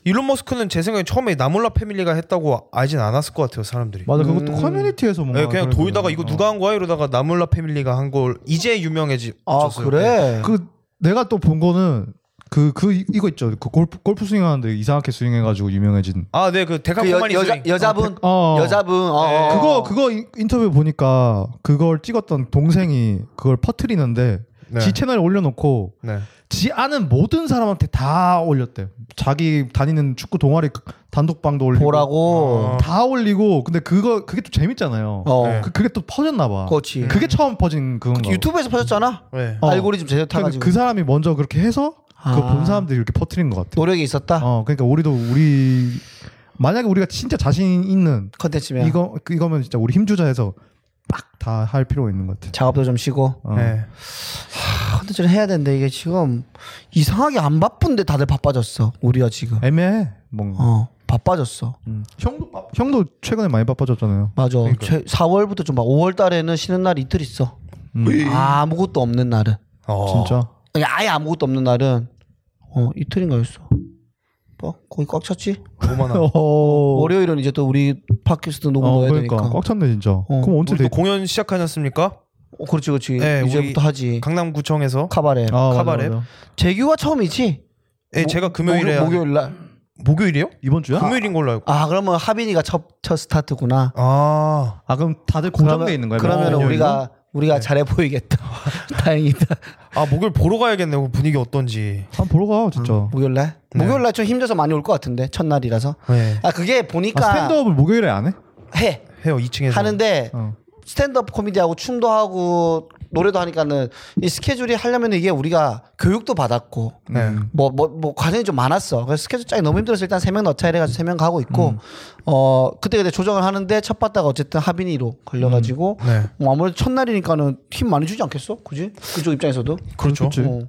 [SPEAKER 2] 일론 머스크는 제 생각에 처음에 나몰라 패밀리가 했다고 알진 않았을 것 같아요 사람들이.
[SPEAKER 1] 뭐,
[SPEAKER 3] 맞아. 그것도
[SPEAKER 1] 음.
[SPEAKER 3] 커뮤니티에서 뭔가
[SPEAKER 2] 네, 그냥
[SPEAKER 3] 그런
[SPEAKER 2] 돌다가
[SPEAKER 3] 거잖아.
[SPEAKER 2] 이거
[SPEAKER 3] 어.
[SPEAKER 2] 누가 한 거야 이러다가 나몰라 패밀리가 한 걸 이제 유명해지. 예.
[SPEAKER 1] 아 그래.
[SPEAKER 3] 그 내가 또 본 거는 그 그 이거 있죠. 그 골프 골프 스윙하는데 이상하게 스윙해가지고 유명해진.
[SPEAKER 2] 아네 그
[SPEAKER 1] 그 여,
[SPEAKER 2] 데카코만 있어.
[SPEAKER 1] 여자 여자분
[SPEAKER 3] 어.
[SPEAKER 1] 여자분 어, 어, 어.
[SPEAKER 3] 그거 그거 인- 인터뷰 보니까 그걸 찍었던 동생이 그걸 퍼트리는데
[SPEAKER 2] 네.
[SPEAKER 3] 지 채널에 올려놓고
[SPEAKER 2] 네.
[SPEAKER 3] 지 아는 모든 사람한테 다 올렸대. 자기 다니는 축구 동아리 그- 단독방도 올리고
[SPEAKER 1] 보라고.
[SPEAKER 2] 어.
[SPEAKER 3] 다 올리고 근데 그거 그게 또 재밌잖아요.
[SPEAKER 1] 어.
[SPEAKER 2] 네.
[SPEAKER 3] 그, 그게 또 퍼졌나 봐.
[SPEAKER 1] 그렇지.
[SPEAKER 3] 게 처음 퍼진 그건 가
[SPEAKER 1] 유튜브에서 퍼졌잖아.
[SPEAKER 2] 네.
[SPEAKER 3] 어.
[SPEAKER 1] 알고리즘 제대로 타가지고
[SPEAKER 3] 그 사람이 먼저 그렇게 해서 그거
[SPEAKER 1] 아.
[SPEAKER 3] 본 사람들이 이렇게 퍼트린 것 같아.
[SPEAKER 1] 노력이 있었다.
[SPEAKER 3] 어, 그러니까 우리도 우리 만약에 우리가 진짜 자신 있는
[SPEAKER 1] 컨텐츠면
[SPEAKER 3] 이거 그, 이거면 진짜 우리 힘주자 해서 빡 다 할 필요가 있는 것 같아.
[SPEAKER 1] 작업도 좀 쉬고
[SPEAKER 3] 어.
[SPEAKER 2] 네.
[SPEAKER 1] 아, 컨텐츠를 해야 되는데 이게 지금 이상하게 안 바쁜데 다들 바빠졌어. 우리가
[SPEAKER 3] 네.
[SPEAKER 1] 지금
[SPEAKER 3] 애매해 뭔가.
[SPEAKER 1] 어 바빠졌어.
[SPEAKER 3] 음. 형도 바- 형도 최근에 많이 바빠졌잖아요.
[SPEAKER 1] 맞아. 최, 4월부터 좀 봐. 5월 달에는 쉬는 날 이틀 있어.
[SPEAKER 3] 음.
[SPEAKER 1] 아무것도 없는 날은.
[SPEAKER 2] 어.
[SPEAKER 3] 진짜.
[SPEAKER 1] 아니, 아예 아무것도 없는 날은 어 이틀인가였어. 뭐 거의 꽉 찼지?
[SPEAKER 2] 뭐만
[SPEAKER 1] [laughs]
[SPEAKER 2] 하고.
[SPEAKER 3] [laughs] 어.
[SPEAKER 1] 월요일은 이제 또 우리 팟캐스트 녹음
[SPEAKER 3] 어,
[SPEAKER 1] 넣어야
[SPEAKER 3] 그러니까
[SPEAKER 1] 되니까.
[SPEAKER 3] 꽉 찼네 진짜. 그럼 언제
[SPEAKER 2] 우리 또
[SPEAKER 3] 돼?
[SPEAKER 2] 공연 시작하지 않습니까?
[SPEAKER 1] 어, 그렇지 그렇지.
[SPEAKER 2] 네,
[SPEAKER 1] 이제부터
[SPEAKER 2] 우리
[SPEAKER 1] 하지.
[SPEAKER 2] 강남구청에서.
[SPEAKER 1] 카바레.
[SPEAKER 3] 아, 맞아,
[SPEAKER 2] 카바레.
[SPEAKER 3] 맞아.
[SPEAKER 1] 재규가 처음이지?
[SPEAKER 2] 예, 제가 금요일에
[SPEAKER 1] 뭐, 목요, 일 날.
[SPEAKER 2] 목요일, 이요
[SPEAKER 3] 이번 주야?
[SPEAKER 2] 금요일인 걸로 알고.
[SPEAKER 1] 아 그러면 하빈이가 첫, 첫 스타트구나.
[SPEAKER 2] 아.
[SPEAKER 3] 아 그럼 다들 고정돼 있는 거야?
[SPEAKER 1] 그러면
[SPEAKER 3] 뭐,
[SPEAKER 1] 우리가 우리가 잘해 보이겠다. [laughs] 다행이다.
[SPEAKER 2] 아 목요일 보러 가야겠네요. 그 분위기 어떤지.
[SPEAKER 3] 한번 보러 가 진짜. 아,
[SPEAKER 1] 목요일 날.
[SPEAKER 3] 네.
[SPEAKER 1] 목요일 날 좀 힘줘서 많이 올 것 같은데 첫날이라서.
[SPEAKER 2] 네.
[SPEAKER 1] 아 그게
[SPEAKER 3] 아,
[SPEAKER 1] 보니까
[SPEAKER 3] 스탠드업을 목요일에 안 해?
[SPEAKER 1] 해
[SPEAKER 2] 해요 2층에서.
[SPEAKER 1] 하는데
[SPEAKER 3] 어.
[SPEAKER 1] 스탠드업 코미디하고 춤도 하고 노래도 하니까는 이 스케줄이 하려면 이게 우리가 교육도 받았고
[SPEAKER 2] 네.
[SPEAKER 1] 뭐 뭐 뭐 과정이 좀 많았어. 그래서 스케줄 짝이 너무 힘들어서 일단 세 명 넣자 이래가지고 세 명 가고 있고 어 그때 그때 조정을 하는데 첫 봤다가 어쨌든 하빈이로 걸려가지고
[SPEAKER 2] 네.
[SPEAKER 1] 뭐 아무래도 첫날이니까는 힘 많이 주지 않겠어? 그지? 그쪽 입장에서도.
[SPEAKER 2] 그렇죠.
[SPEAKER 3] 그치.
[SPEAKER 1] 어.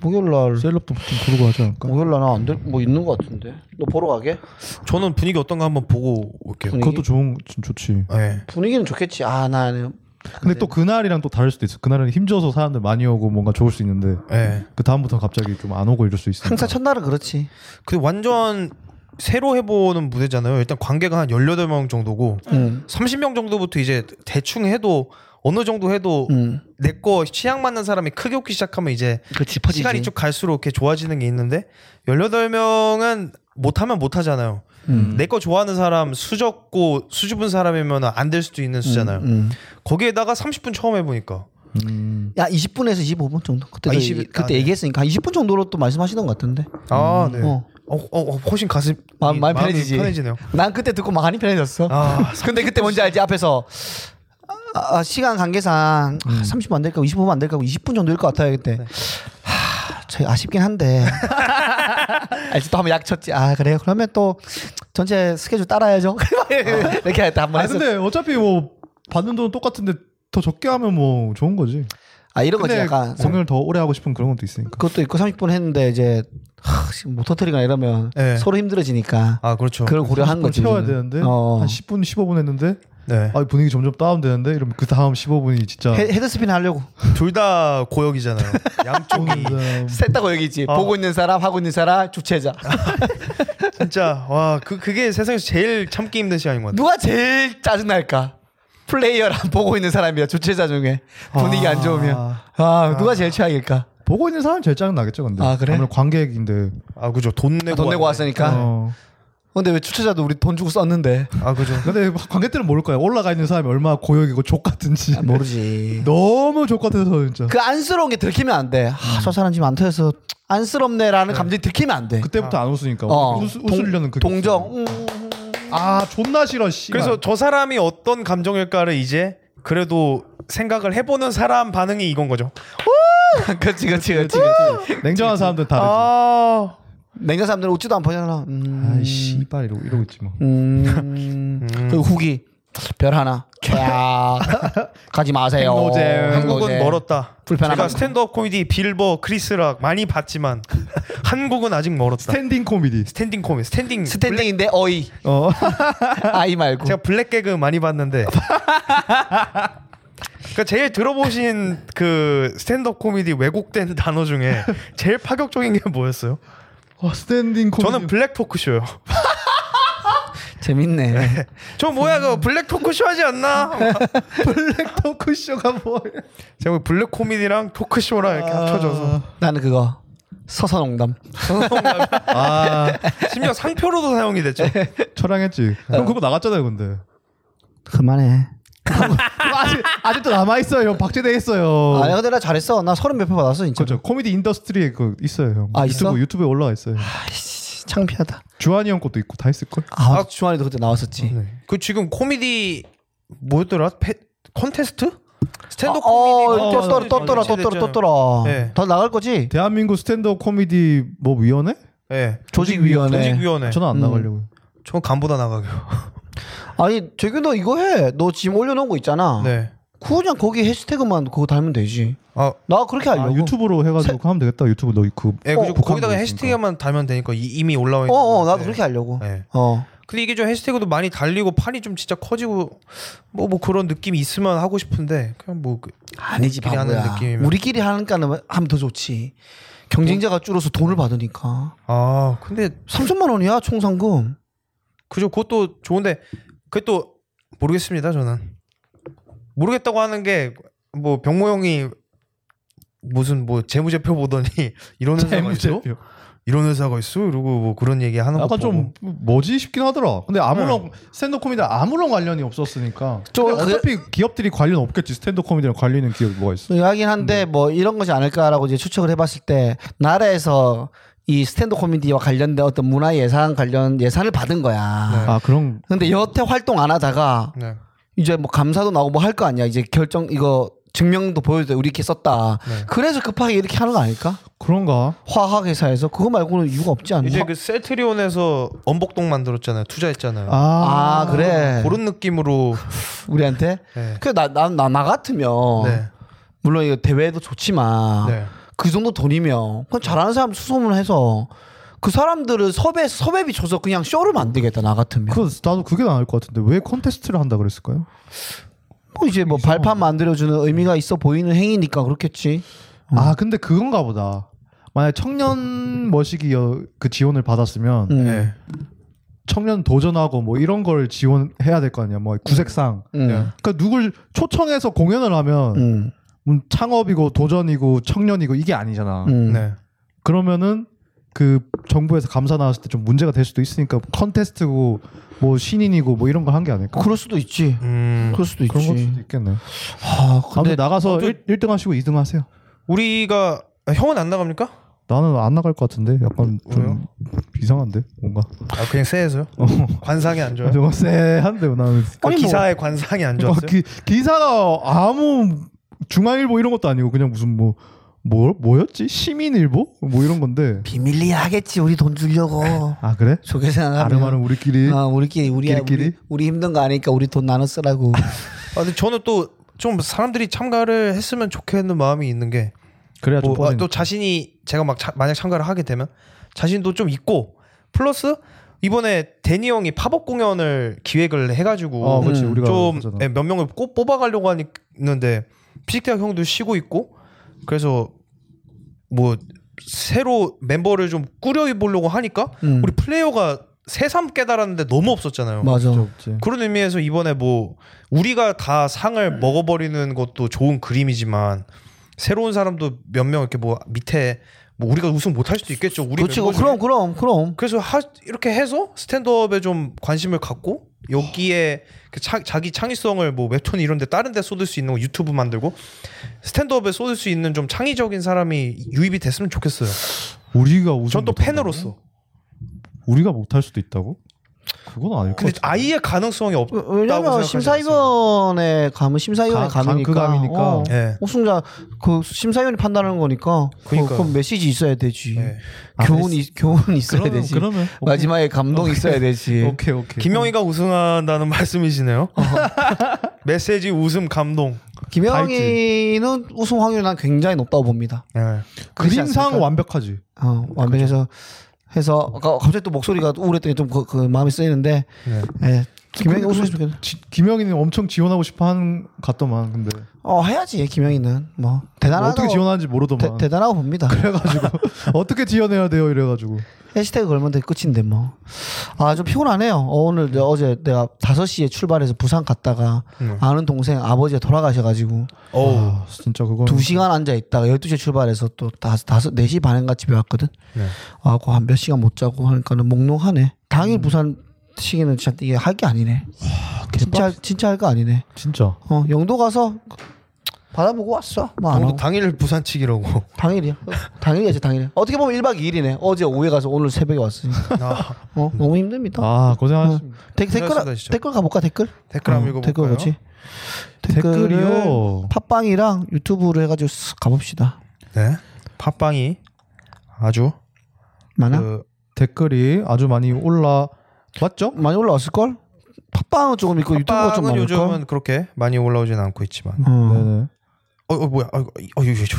[SPEAKER 1] 목요일 날
[SPEAKER 3] 셀럽도 보통 부르고 하지 않을까?
[SPEAKER 1] 목요일 날안될뭐 있는 것 같은데. 너 보러 가게?
[SPEAKER 2] 저는 분위기 어떤가 한번 보고 올게요.
[SPEAKER 1] 분위기?
[SPEAKER 3] 그것도 좋은 좀 좋지.
[SPEAKER 2] 네.
[SPEAKER 1] 분위기는 좋겠지. 아 나는 네.
[SPEAKER 3] 근데 또 그날이랑 또 다를 수도 있어. 그날은 힘줘서 사람들 많이 오고 뭔가 좋을 수 있는데
[SPEAKER 2] 네.
[SPEAKER 3] 그 다음부터 갑자기 좀 안 오고 이럴 수 있어.
[SPEAKER 1] 항상 첫날은 그렇지.
[SPEAKER 2] 근데 완전 새로 해보는 무대잖아요. 일단 관객은 한 18명 정도고
[SPEAKER 1] 음.
[SPEAKER 2] 30명 정도부터 이제 대충 해도 어느 정도 해도
[SPEAKER 1] 음.
[SPEAKER 2] 내 거 취향 맞는 사람이 크게 웃기 시작하면 이제
[SPEAKER 1] 그
[SPEAKER 2] 시간이 쭉 갈수록 이렇게 좋아지는 게 있는데 18명은 못하면 못하잖아요.
[SPEAKER 1] 음.
[SPEAKER 2] 내 거 좋아하는 사람 수적고 수줍은 사람이면 안 될 수도
[SPEAKER 1] 음.
[SPEAKER 2] 있는 수잖아요. 거기에다가 30분 처음 해보니까
[SPEAKER 3] 음.
[SPEAKER 1] 야 20분에서 25분 정도. 그때
[SPEAKER 2] 아, 20
[SPEAKER 1] 그때
[SPEAKER 2] 아, 네.
[SPEAKER 1] 얘기했으니까 한 20분 정도로 또 말씀하시던 것 같은데.
[SPEAKER 2] 아 네. 어.
[SPEAKER 1] 어.
[SPEAKER 2] 어, 어, 훨씬 가슴
[SPEAKER 1] 마음 많이 편해지지.
[SPEAKER 2] 편해지네요.
[SPEAKER 1] 난 그때 듣고 많이 편해졌어.
[SPEAKER 2] 아
[SPEAKER 1] 근데 그때 뭔지 알지? 앞에서 아, 아, 시간 관계상 아, 30분 안 될까, 25분 안 될까, 20분 정도일 것 같아요 그때. 하, 저희 아쉽긴 [laughs] 한데. 알지 또 한번 약쳤지. 아 그래요? 그러면 또 전체 스케줄 따라야죠. [laughs] 이렇게 했다 한번
[SPEAKER 3] 아
[SPEAKER 1] 했어.
[SPEAKER 3] 근데 어차피 뭐 받는 돈은 똑같은데 더 적게 하면 뭐 좋은 거지.
[SPEAKER 1] 아 이런 거지
[SPEAKER 3] 근데
[SPEAKER 1] 약간.
[SPEAKER 3] 공연을 더 오래 하고 싶은 그런 것도 있으니까.
[SPEAKER 1] 그것도 있고 30분 했는데 이제 하, 지금 못 터트리거나 이러면
[SPEAKER 2] 네.
[SPEAKER 1] 서로 힘들어지니까
[SPEAKER 2] 아 그렇죠.
[SPEAKER 1] 그걸 고려한
[SPEAKER 3] 30분
[SPEAKER 1] 거지.
[SPEAKER 3] 채워야
[SPEAKER 1] 요즘은.
[SPEAKER 3] 되는데
[SPEAKER 1] 어.
[SPEAKER 3] 한 10분 15분 했는데
[SPEAKER 2] 네.
[SPEAKER 3] 아 분위기 점점 다운되는데 이러면 그 다음 15분이 진짜
[SPEAKER 1] 헤, 헤드스핀 [laughs] 하려고
[SPEAKER 2] 둘 다 고역이잖아요. [laughs] 양쪽이
[SPEAKER 3] 음,
[SPEAKER 1] 셋다고 여기 있지
[SPEAKER 2] 어.
[SPEAKER 1] 보고 있는 사람 하고 있는 사람 주최자
[SPEAKER 2] 진짜 와 그 그게 세상에서 제일 참기 힘든 시간인 것 같아요.
[SPEAKER 1] 누가 제일 짜증날까? 플레이어랑 [laughs] 보고 있는 사람이야 주최자 중에 분위기 안 좋으면 아 누가 제일 최악일까?
[SPEAKER 3] 보고 있는 사람 제일 짜증 나겠죠 근데.
[SPEAKER 1] 아, 그래?
[SPEAKER 3] 무래도 관객인데.
[SPEAKER 2] 아 그죠. 돈 내고
[SPEAKER 1] 아, 돈 내고
[SPEAKER 2] 왔네.
[SPEAKER 1] 왔으니까
[SPEAKER 3] 어.
[SPEAKER 1] 근데 왜 주최자도 우리 돈 주고 썼는데
[SPEAKER 2] 아 그죠.
[SPEAKER 3] 근데 관객들은 모를 거야. 올라가 있는 사람이 얼마나 고역이고 족 같은지.
[SPEAKER 1] 아, 모르지
[SPEAKER 3] 너무 족 같아서 진짜.
[SPEAKER 1] [laughs] 그 안쓰러운 게 들키면 안돼저 사람 지금 안 터져서 안쓰럽네라는 감정이 들키면 안돼
[SPEAKER 3] 그때부터 안 웃으니까
[SPEAKER 1] 어.
[SPEAKER 3] 웃, 웃으려는 그게
[SPEAKER 1] 동정
[SPEAKER 3] 없어요.
[SPEAKER 1] 음, [laughs]
[SPEAKER 3] 아 존나 싫어 씨 아,
[SPEAKER 2] 그래서 저 사람이 어떤 감정일까를 이제 그래도 생각을 해보는 사람 반응이 이건 거죠.
[SPEAKER 1] 그치 그치 그치
[SPEAKER 3] 냉정한 사람들 다르지 아,
[SPEAKER 2] 아
[SPEAKER 1] 냉정 사람들은 웃지도 않고 그냥 음,
[SPEAKER 3] 씨발 이러고, 이러고 있지 뭐
[SPEAKER 1] 음. 그리고 후기 별 하나 최악 가지 마세요
[SPEAKER 3] 행노잼.
[SPEAKER 2] 어, 한국은 멀었다.
[SPEAKER 1] 네. 불편한
[SPEAKER 2] 제가
[SPEAKER 1] 방법.
[SPEAKER 2] 스탠드업 코미디 빌버 크리스락 많이 봤지만 한국은 아직 멀었다.
[SPEAKER 3] 스탠딩 코미디
[SPEAKER 2] 스탠딩 코미 스탠딩
[SPEAKER 1] 스탠딩인데 어이
[SPEAKER 3] 어 [laughs]
[SPEAKER 1] [laughs] 아이 말고
[SPEAKER 2] 어. 제가 블랙 개그 많이 봤는데. [laughs] 그러니까 제일 들어보신 그 스탠드업 코미디 왜곡된 단어 중에 제일 파격적인 게 뭐였어요?
[SPEAKER 3] 와, 스탠딩 코미디
[SPEAKER 2] 저는 블랙 토크쇼요.
[SPEAKER 1] 재밌네.
[SPEAKER 2] 저 뭐야 그 블랙 토크쇼 하지 않나?
[SPEAKER 3] 블랙 토크쇼가 뭐야
[SPEAKER 2] 제가 그 블랙 코미디랑 토크쇼랑 이렇게
[SPEAKER 1] 아.
[SPEAKER 2] 합쳐져서
[SPEAKER 1] 나는 그거 서서농담.
[SPEAKER 3] 아
[SPEAKER 2] 심지어 상표로도 사용이 됐죠.
[SPEAKER 1] 네.
[SPEAKER 3] 철항했지 형 그거 나갔잖아요 근데
[SPEAKER 1] 그만해.
[SPEAKER 3] 그거 아직 아직도 남아 있어요 형 박제돼 있어요
[SPEAKER 1] 아니 근데 나 잘했어. 나 서른 몇 표 받았어 진짜.
[SPEAKER 3] 그렇죠 코미디 인더스트리에 그 있어요 형
[SPEAKER 1] 아,
[SPEAKER 3] 유튜브
[SPEAKER 1] 있어?
[SPEAKER 3] 유튜브에 올라와 있어요 형.
[SPEAKER 1] 아이씨, 창피하다.
[SPEAKER 3] 주한이 형 것도 있고 다 있을 걸
[SPEAKER 1] 아, 네. 주환이도 그때 나왔었지. 아,
[SPEAKER 2] 그 지금 코미디 뭐였더라? 페... 콘테스트? 스탠드
[SPEAKER 1] 어,
[SPEAKER 2] 업 코미디
[SPEAKER 1] 어, 떴더라, 떴더라, 떴더라,
[SPEAKER 2] 네.
[SPEAKER 1] 떴더라. 더 나갈 거지.
[SPEAKER 3] 대한민국 스탠드업 코미디 뭐 위원회
[SPEAKER 2] 예.
[SPEAKER 1] 조직위원회.
[SPEAKER 2] 조직위원회.
[SPEAKER 3] 저는 안
[SPEAKER 1] 음.
[SPEAKER 3] 나가려고요
[SPEAKER 2] 저는 간보다 나가요.
[SPEAKER 1] 아니 재규 너 이거 해. 너 지금 올려놓은 거 있잖아.
[SPEAKER 2] 네.
[SPEAKER 1] 그냥 거기 해시태그만 그거 달면 되지.
[SPEAKER 2] 아,
[SPEAKER 1] 나 그렇게
[SPEAKER 3] 아,
[SPEAKER 1] 알려고.
[SPEAKER 3] 유튜브로 해가지고 하면 되겠다 유튜브 너그
[SPEAKER 2] 예, 그죠.
[SPEAKER 3] 어, 북한도
[SPEAKER 2] 거기다가
[SPEAKER 3] 있으니까.
[SPEAKER 2] 해시태그만 달면 되니까 이, 이미 올라와 있는.
[SPEAKER 1] 어, 어,
[SPEAKER 2] 건데.
[SPEAKER 1] 나도 그렇게 하려고.
[SPEAKER 2] 예.
[SPEAKER 1] 어.
[SPEAKER 2] 근데 이게 좀 해시태그도 많이 달리고 판이 좀 진짜 커지고 뭐 뭐 그런 느낌이 있으면 하고 싶은데 그냥 뭐 그-
[SPEAKER 1] 아니지
[SPEAKER 2] 우리끼리 하는
[SPEAKER 1] 바보야.
[SPEAKER 2] 느낌이면.
[SPEAKER 1] 우리끼리 하니까는 하면 더 좋지. 경쟁자가 줄어서 돈을 받으니까.
[SPEAKER 2] 아, 근데
[SPEAKER 1] 3천만 원이야 총 상금.
[SPEAKER 2] 그죠. 그것도 좋은데 그게 또 모르겠습니다. 저는 모르겠다고 하는 게 뭐 병모 형이 무슨 뭐 재무제표 보더니 [laughs] 이런 회사가 있어?
[SPEAKER 3] 재무제표
[SPEAKER 2] 이런 회사가 있어? 이러고 뭐 그런 얘기 하는 거
[SPEAKER 3] 약간
[SPEAKER 2] 보고
[SPEAKER 3] 좀 아, 뭐지 싶긴 하더라. 근데 아무런 스탠드 코미디랑 아무런 관련이 없었으니까.
[SPEAKER 1] 저
[SPEAKER 3] 근데 어차피 기업들이 관련 없겠지. 스탠드 코미디랑 관련있는 기업이 뭐가 있어?
[SPEAKER 1] 의아하긴 한데
[SPEAKER 2] 음.
[SPEAKER 1] 뭐 이런 것이 아닐까라고 이제 추측을 해봤을 때 나라에서 이 스탠드 코미디와 관련된 어떤 문화 예산 관련 예산을 받은 거야.
[SPEAKER 3] 아 그런
[SPEAKER 1] 근데 여태 활동 안 하다가
[SPEAKER 2] 네.
[SPEAKER 1] 이제 뭐 감사도 나오고 뭐 할 거 아니야. 이제 결정 이거 증명도 보여줘 우리 이렇게 썼다.
[SPEAKER 2] 네.
[SPEAKER 1] 그래서 급하게 이렇게 하는 거 아닐까?
[SPEAKER 3] 그런가?
[SPEAKER 1] 화학회사에서 그거 말고는 이유가 없지 않나?
[SPEAKER 2] 이제 그 셀트리온에서 엄복동 만들었잖아요. 투자했잖아요.
[SPEAKER 1] 아, 그래
[SPEAKER 2] 그런 느낌으로
[SPEAKER 1] 우리한테.
[SPEAKER 2] 네.
[SPEAKER 1] 그나나나 나, 나 같으면
[SPEAKER 2] 네.
[SPEAKER 1] 물론 이거 대회도 좋지만
[SPEAKER 2] 네.
[SPEAKER 1] 그 정도 돈이면 그냥 잘하는 사람 수소문해서 그 사람들을 섭외 섭외비 줘서 그냥 쇼를 만들겠다 나 같으면.
[SPEAKER 3] 그 나도 그게 나을 것 같은데 왜 콘테스트를 한다 그랬을까요?
[SPEAKER 1] 뭐 이제 뭐 발판 만들어주는 의미가 있어 보이는 행위니까 그렇겠지.
[SPEAKER 3] 아 근데 그건가 보다. 만약 청년 머시기 여- 그 지원을 받았으면
[SPEAKER 1] 음.
[SPEAKER 2] 네.
[SPEAKER 3] 청년 도전하고 뭐 이런 걸 지원해야 될 거 아니야. 뭐 구색상.
[SPEAKER 1] 음.
[SPEAKER 3] 그러니까 누굴 초청해서 공연을 하면
[SPEAKER 1] 음.
[SPEAKER 3] 음, 창업이고 도전이고 청년이고 이게 아니잖아.
[SPEAKER 1] 음.
[SPEAKER 2] 네.
[SPEAKER 3] 그러면은 그 정부에서 감사 나왔을 때 좀 문제가 될 수도 있으니까 컨테스트고 뭐 신인이고 뭐 이런 걸 한 게 아닐까?
[SPEAKER 1] 그럴 수도 있지.
[SPEAKER 2] 음.
[SPEAKER 1] 그럴 수도
[SPEAKER 3] 그런 걸
[SPEAKER 1] 있지.
[SPEAKER 3] 수도 있겠네.
[SPEAKER 1] 아,
[SPEAKER 3] 아무튼
[SPEAKER 1] 근데
[SPEAKER 3] 나가서
[SPEAKER 2] 어, 저-
[SPEAKER 3] 일 1등 하시고 2등 하세요.
[SPEAKER 2] 우리가 아, 형은 안 나갑니까?
[SPEAKER 3] 나는 안 나갈 것 같은데 약간 좀
[SPEAKER 2] 왜요?
[SPEAKER 3] 이상한데 뭔가
[SPEAKER 2] 아 그냥 세에서요. 관상이 안 좋아요.
[SPEAKER 3] 뭔가 쎄한데 나는
[SPEAKER 2] 그
[SPEAKER 1] 아니, 뭐-
[SPEAKER 2] 아, 기사의 관상이 안
[SPEAKER 3] 어,
[SPEAKER 2] 좋았어요.
[SPEAKER 3] 기, 기사가 아무 중앙일보 이런 것도 아니고 그냥 무슨 뭐 뭐, 뭐였지 시민일보 뭐 이런 건데
[SPEAKER 1] 비밀리야 하겠지. 우리 돈 주려고.
[SPEAKER 3] 아 그래
[SPEAKER 1] 저게 생각하면.
[SPEAKER 3] 아름아름 우리끼리
[SPEAKER 1] 아, 우리끼리 우리
[SPEAKER 3] 우리끼리?
[SPEAKER 1] 우리, 우리 힘든 거 아니까 우리 돈 나눠 쓰라고.
[SPEAKER 2] 아, 근데 저는 또 좀 사람들이 참가를 했으면 좋겠는 마음이 있는 게
[SPEAKER 3] 그래야 좀
[SPEAKER 2] 뭐, 아,
[SPEAKER 3] 뻗은
[SPEAKER 2] 또 자신이 제가 막 자- 만약 참가를 하게 되면 자신도 좀 있고 플러스 이번에 데니 형이 팝업 공연을 기획을 해가지고
[SPEAKER 3] 어, 그렇지.
[SPEAKER 1] 음,
[SPEAKER 3] 우리가 하잖아.
[SPEAKER 2] 좀몇 명을 꼭 뽑아가려고 하니- 하는데 피식대학 형도 쉬고 있고 그래서 뭐 새로 멤버를 좀 꾸려 보려고 하니까
[SPEAKER 1] 음.
[SPEAKER 2] 우리 플레이어가 새삼 깨달았는데 너무 없었잖아요.
[SPEAKER 1] 맞아.
[SPEAKER 3] 진짜 없지.
[SPEAKER 2] 그런 의미에서 이번에 뭐 우리가 다 상을 먹어버리는 것도 좋은 그림이지만 새로운 사람도 몇 명 이렇게 뭐 밑에 뭐 우리가 우승 못 할 수도 있겠죠. 우리
[SPEAKER 1] 그렇지.
[SPEAKER 2] 멤버 중에.
[SPEAKER 1] 그럼 그럼 그럼.
[SPEAKER 2] 그래서 하, 이렇게 해서 스탠드업에 좀 관심을 갖고 여기에 그 차, 자기 창의성을 뭐 웹툰 이런데 다른데 쏟을 수 있는 거 유튜브 만들고 스탠드업에 쏟을 수 있는 좀 창의적인 사람이 유입이 됐으면 좋겠어요.
[SPEAKER 3] 우리가 우승
[SPEAKER 2] 전 또
[SPEAKER 3] 못한다고?
[SPEAKER 2] 팬으로서.
[SPEAKER 3] 우리가 못할 수도 있다고 그건 아닐 것
[SPEAKER 2] 근데
[SPEAKER 3] 같아
[SPEAKER 2] 아예 가능성이 없다고
[SPEAKER 1] 왜냐면
[SPEAKER 2] 생각하지 않습니다.
[SPEAKER 1] 심사위원에 가면 심사위원에
[SPEAKER 3] 가-
[SPEAKER 1] 감이니까.
[SPEAKER 3] 그 감이니까.
[SPEAKER 1] 어.
[SPEAKER 2] 예.
[SPEAKER 1] 우승자 그 심사위원이 판단하는 거니까. 그,
[SPEAKER 2] 그러니까요.
[SPEAKER 1] 그럼 메시지 있어야 되지.
[SPEAKER 2] 예.
[SPEAKER 1] 교훈이 교훈 있어야
[SPEAKER 3] 그러면-
[SPEAKER 1] 되지.
[SPEAKER 3] 그러면 예. 오케이.
[SPEAKER 1] 마지막에 감동 있어야 되지.
[SPEAKER 3] 오케이 오케이
[SPEAKER 2] 김영희가 우승한다는 [laughs] 말씀이시네요.
[SPEAKER 1] [laughs]
[SPEAKER 2] 메시지, 웃음, 감동.
[SPEAKER 1] 김영희는 우승 확률이 난 굉장히 높다고 봅니다.
[SPEAKER 2] 예.
[SPEAKER 1] 그렇지 않습니까?
[SPEAKER 3] 그림상 완벽하지
[SPEAKER 1] 어, 완벽해서 해서 아까 갑자기 또 목소리가 우울했더니 좀그 그 마음이 쓰이는데
[SPEAKER 2] 네.
[SPEAKER 1] 예. 김영희 우승 좋겠다.
[SPEAKER 3] 지- 김영희는 엄청 지원하고 싶어하는 같더만 근데
[SPEAKER 1] 어 해야지 김영희는 뭐
[SPEAKER 3] 뭐
[SPEAKER 1] 대단하다고
[SPEAKER 3] 어떻게 지원하는지
[SPEAKER 2] 뭐.
[SPEAKER 3] 모르더만
[SPEAKER 1] 대, 단하고 봅니다.
[SPEAKER 3] 그래가지고 어떻게 지원해야 돼요 이래가지고
[SPEAKER 1] 해시태그 걸면 돼 끝인데 뭐. 아 좀 피곤하네요. 어, 오늘 내가 어제 내가 5시에 출발해서 부산 갔다가
[SPEAKER 2] 네.
[SPEAKER 1] 아는 동생 아버지가 돌아가셔가지고
[SPEAKER 2] 어우.
[SPEAKER 3] 아 진짜 그거
[SPEAKER 1] 두 시간 앉아 있다가 12시에 출발해서 또 다섯, 다섯 4시 반인가 집에 왔거든.
[SPEAKER 2] 네.
[SPEAKER 1] 아, 그 한 몇 시간 못 자고 하니까는 몽롱하네. 당일
[SPEAKER 2] 음.
[SPEAKER 1] 부산 시기는 진짜 이게 할 게 아니네. 진짜 진짜 할 거 아니네.
[SPEAKER 3] 진짜
[SPEAKER 1] 어, 영도 가서 받아보고 왔어. 뭐 안
[SPEAKER 2] 오늘
[SPEAKER 1] 하고.
[SPEAKER 2] 당일 부산치기라고.
[SPEAKER 1] 당일이야. 어, 당일이지 당일. 어떻게 보면 1박 2일이네. 어제 오후에 가서 오늘 새벽에 왔으니까.
[SPEAKER 2] 아,
[SPEAKER 1] 어, 너무 힘듭니다.
[SPEAKER 3] 아 고생하셨습니다
[SPEAKER 1] 어, 댓- 댓글
[SPEAKER 2] 수고하셨습니다, 진짜.
[SPEAKER 1] 댓글 가볼까 댓글?
[SPEAKER 2] 댓글 한번
[SPEAKER 1] 어,
[SPEAKER 2] 읽어볼까요?
[SPEAKER 1] 댓글 뭐지?
[SPEAKER 3] 댓글이요?
[SPEAKER 1] 댓글을 팟빵이랑 유튜브로 해가지고 쓱 가봅시다.
[SPEAKER 2] [laughs] 네. 팟빵이 아주
[SPEAKER 1] 많아?
[SPEAKER 2] 그
[SPEAKER 3] 댓글이 아주 많이 올라 왔죠?
[SPEAKER 1] 많이 올라왔을 걸? 팟빵은 조금 있고 유튜브가 좀
[SPEAKER 2] 팟빵은
[SPEAKER 1] 많을 걸.
[SPEAKER 2] 요즘은 그렇게 많이 올라오진 않고 있지만.
[SPEAKER 1] 어.
[SPEAKER 3] 네네
[SPEAKER 2] 어, 어 뭐야? 어, 어, 어, 이거, 이거, 이거.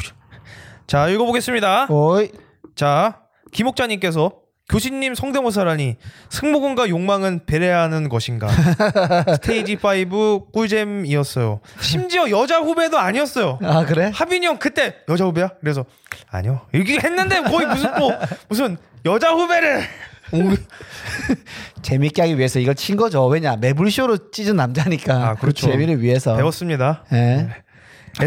[SPEAKER 2] 자, 읽어보겠습니다.
[SPEAKER 1] 어이.
[SPEAKER 2] 자, 김옥자님께서 교수님 성대모사라니 승모근과 욕망은 배려야
[SPEAKER 1] [laughs]
[SPEAKER 2] 하는 것인가? 스테이지 5 꿀잼이었어요. 심지어 여자 후배도 아니었어요.
[SPEAKER 1] 아 그래?
[SPEAKER 2] 하빈이 형 그때 여자 후배야? 그래서 아니요. 이렇게 했는데 거의 무슨 또 무슨 여자 후배를
[SPEAKER 1] 재밌게 하기 위해서 이걸 친 거죠. 왜냐 매불쇼로 찢은 남자니까.
[SPEAKER 2] 아, 그렇죠.
[SPEAKER 1] 재미를 위해서.
[SPEAKER 2] 배웠습니다. 네.
[SPEAKER 1] 예.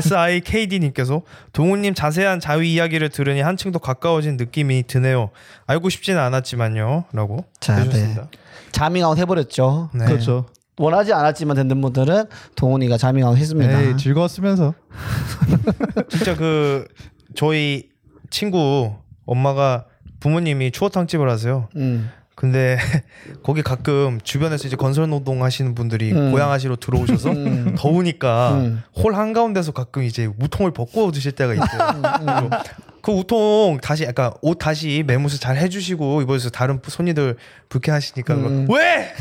[SPEAKER 2] SIKD님께서 동훈님 자세한 자위 이야기를 들으니 한층 더 가까워진 느낌이 드네요. 알고 싶지는 않았지만요. 라고
[SPEAKER 1] 자,
[SPEAKER 2] 해주셨습니다.
[SPEAKER 1] 자밍아웃 해버렸죠.
[SPEAKER 2] 네.
[SPEAKER 3] 그렇죠
[SPEAKER 1] 원하지 않았지만 듣는 분들은 동훈이가 자밍아웃 했습니다.
[SPEAKER 3] 에이 즐거웠으면서
[SPEAKER 2] 진짜 그 저희 친구 엄마가 부모님이 추어탕집을 하세요.
[SPEAKER 1] 음.
[SPEAKER 2] 근데 [laughs] 거기 가끔 주변에서 이제 건설 노동 하시는 분들이
[SPEAKER 1] 음.
[SPEAKER 2] 고양아시로 들어오셔서
[SPEAKER 3] 음.
[SPEAKER 2] [laughs] 더우니까
[SPEAKER 1] 음.
[SPEAKER 2] 홀 한가운데서 가끔 이제 우통을 벗고 드실 때가
[SPEAKER 3] 음,
[SPEAKER 2] 있대요. 그리고 그 우통 다시 약간 옷 다시 매무새 잘 해주시고 입어서 다른 손님들 불쾌하시니까
[SPEAKER 1] 음.
[SPEAKER 2] 왜?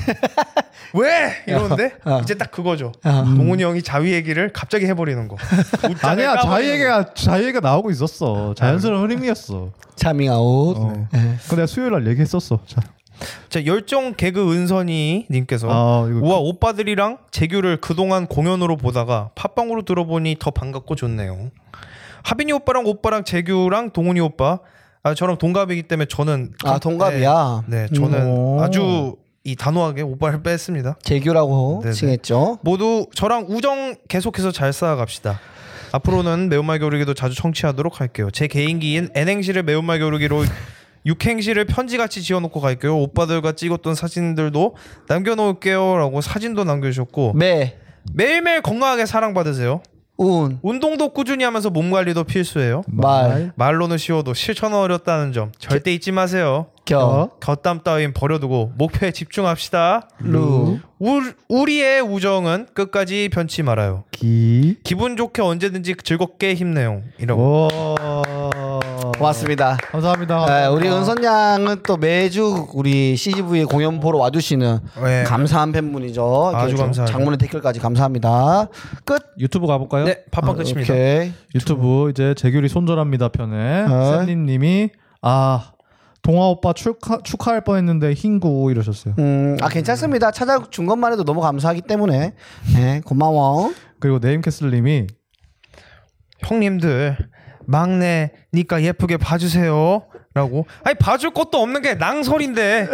[SPEAKER 2] [laughs] 왜? 이러는데
[SPEAKER 1] 어.
[SPEAKER 2] 이제 딱 그거죠.
[SPEAKER 1] 어.
[SPEAKER 2] 동훈이 형이 자위 얘기를 갑자기 해버리는
[SPEAKER 3] [laughs]
[SPEAKER 2] 거. 웃자를
[SPEAKER 3] 음. 아니야
[SPEAKER 2] 까버리는
[SPEAKER 3] 자기 얘기가 자기 얘기가 나오고 있었어 자연스러운 흐름이었어
[SPEAKER 1] 차밍 아웃.
[SPEAKER 3] 어.
[SPEAKER 1] 예.
[SPEAKER 3] 근데 내가 수요일 날 얘기했었어 자,
[SPEAKER 2] 자 열정 개그 은선이 님께서
[SPEAKER 3] 아, 이거
[SPEAKER 2] 우와 오빠들이랑 재규를 그동안 공연으로 보다가 팟빵으로 들어보니 더 반갑고 좋네요. 하빈이 오빠랑 오빠랑 재규랑 동훈이 오빠 아 저랑 동갑이기 때문에 저는
[SPEAKER 1] 아 동갑이야. 어.
[SPEAKER 2] 네, 네, 저는
[SPEAKER 3] 음.
[SPEAKER 2] 아주 이 단호하게 오빠를 뺐습니다.
[SPEAKER 1] 재규라고
[SPEAKER 2] 네네.
[SPEAKER 1] 칭했죠.
[SPEAKER 2] 모두 저랑 우정 계속해서 잘 쌓아갑시다. 앞으로는 매운말 겨루기도 자주 청취하도록 할게요. 제 개인기인 N행시를 매운말 겨루기로 [laughs] 육행시를 편지같이 지어놓고 갈게요. 오빠들과 찍었던 사진들도 남겨놓을게요라고 사진도 남겨주셨고
[SPEAKER 1] 매,
[SPEAKER 2] 매일매일 건강하게 사랑받으세요.
[SPEAKER 1] 운,
[SPEAKER 2] 운동도 꾸준히 하면서 몸 관리도 필수예요.
[SPEAKER 1] 말,
[SPEAKER 2] 말로는 쉬워도 실천은 어렵다는 점 절대 잊지 마세요.
[SPEAKER 1] 겨,
[SPEAKER 2] 곁담 따윈 버려두고 목표에 집중합시다.
[SPEAKER 1] 루,
[SPEAKER 2] 울- 우리의 우정은 끝까지 변치 말아요.
[SPEAKER 3] 기
[SPEAKER 2] 기분 좋게 언제든지 즐겁게 힘내요. 이라고.
[SPEAKER 3] 오.
[SPEAKER 1] 고맙습니다.
[SPEAKER 3] 감사합니다.
[SPEAKER 2] 아,
[SPEAKER 1] 예, 우리 은선 양은 또 매주 우리 CGV 공연 보러 와주시는
[SPEAKER 2] 네.
[SPEAKER 1] 감사한 팬분이죠. 이렇게
[SPEAKER 2] 아주
[SPEAKER 1] 좀
[SPEAKER 2] 감사해요.
[SPEAKER 1] 장문의 댓글까지 감사합니다. 끝.
[SPEAKER 3] 유튜브 가볼까요?
[SPEAKER 2] 네, 팝빵 끝입니다.
[SPEAKER 1] 오케이.
[SPEAKER 3] 유튜브 이제 재규리 손절합니다 편에
[SPEAKER 1] 어.
[SPEAKER 3] 샌님님이 아 동아 오빠 축하 축하할 뻔했는데 흰구 이러셨어요.
[SPEAKER 1] 음, 아 괜찮습니다. 찾아준 것만 해도 너무 감사하기 때문에 네, 고마워.
[SPEAKER 3] 그리고 네임캐슬님이
[SPEAKER 2] 형님들 막내 니까 예쁘게 봐주세요. 라고. 아니 봐줄 것도 없는
[SPEAKER 1] [laughs]
[SPEAKER 2] 게 낭설인데.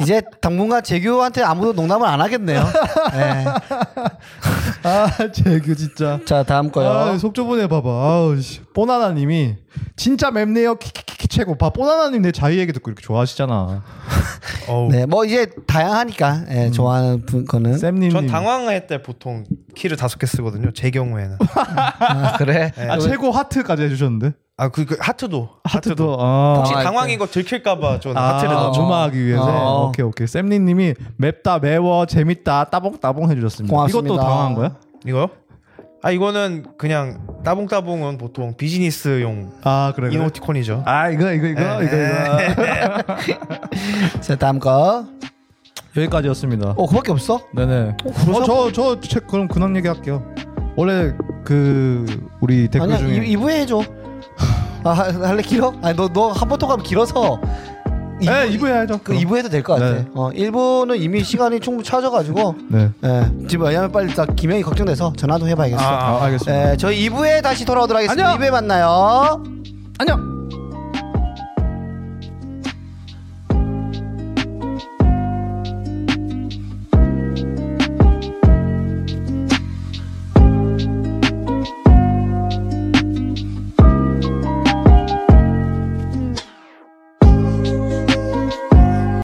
[SPEAKER 1] 이제 당분간 재규한테 아무도 농담을 안 하겠네요. 네.
[SPEAKER 2] [laughs]
[SPEAKER 3] 아 [laughs] 재규 진짜.
[SPEAKER 1] 자 다음
[SPEAKER 3] 아,
[SPEAKER 2] 네.
[SPEAKER 1] 거요.
[SPEAKER 3] 속 좁은 애 봐봐. 아우, 씨. 뽀나나님이 진짜 맵네요. 키키키키 최고. 봐, 뽀나나님 내 자유 얘기 듣고 이렇게 좋아하시잖아.
[SPEAKER 2] 어우.
[SPEAKER 1] 네, 뭐 이제 다양하니까 예,
[SPEAKER 2] 음.
[SPEAKER 1] 좋아하는 분 거는
[SPEAKER 3] 쌤님.
[SPEAKER 2] 전 당황할 때 보통 키를 다섯 개 쓰거든요. 제 경우에는.
[SPEAKER 3] [laughs]
[SPEAKER 1] 아, 그래.
[SPEAKER 3] 아, 최고 하트까지 해주셨는데.
[SPEAKER 2] 아 그 그 하트도.
[SPEAKER 3] 하트도. 아.
[SPEAKER 2] 혹시
[SPEAKER 1] 당황할
[SPEAKER 2] 당황인 거 들킬까봐 저는 하트를
[SPEAKER 3] 아,
[SPEAKER 2] 넣어.
[SPEAKER 3] 조마하기 위해서.
[SPEAKER 1] 어.
[SPEAKER 3] 오케이, 오케이. 쌤님님이 맵다, 매워, 재밌다, 따봉따봉 해주셨습니다.
[SPEAKER 1] 고맙습니다.
[SPEAKER 3] 이것도 당황한 거야?
[SPEAKER 2] 이거요? 아 이거는 그냥 따봉따봉은 보통 비즈니스용
[SPEAKER 3] 아, 그래. 그래.
[SPEAKER 2] 이모티콘이죠.
[SPEAKER 3] 아, 이거, 이거, 이거, 이거, 이거.
[SPEAKER 1] 자 다음 거.
[SPEAKER 3] [laughs] 여기까지였습니다.
[SPEAKER 1] 어 그밖에 없어?
[SPEAKER 3] 네네. 어, 저, 저, 제- 그럼 근황 얘기 할게요. 원래 그, 우리 댓글
[SPEAKER 1] 아니야
[SPEAKER 3] 중에.
[SPEAKER 1] 이 2부에 해줘. 아 할- 할래 길어? 아니 너 너 한 번 더 가면 길어서. 이
[SPEAKER 3] 네, 2부에 해야죠.
[SPEAKER 1] 그 2부 해도 될 것 같아.
[SPEAKER 3] 네.
[SPEAKER 1] 어, 1부는 이미 시간이 충분히 차져가지고,
[SPEAKER 3] 네.
[SPEAKER 1] 예. 지금 왜냐면 빨리 나 김영이 걱정돼서 전화도 해봐야겠어.
[SPEAKER 2] 아,
[SPEAKER 3] 아, 알겠습니다.
[SPEAKER 1] 예, 저희 2부에 다시 돌아오도록 하겠습니다.
[SPEAKER 3] 안녕.
[SPEAKER 1] 2부에 만나요.
[SPEAKER 3] 안녕.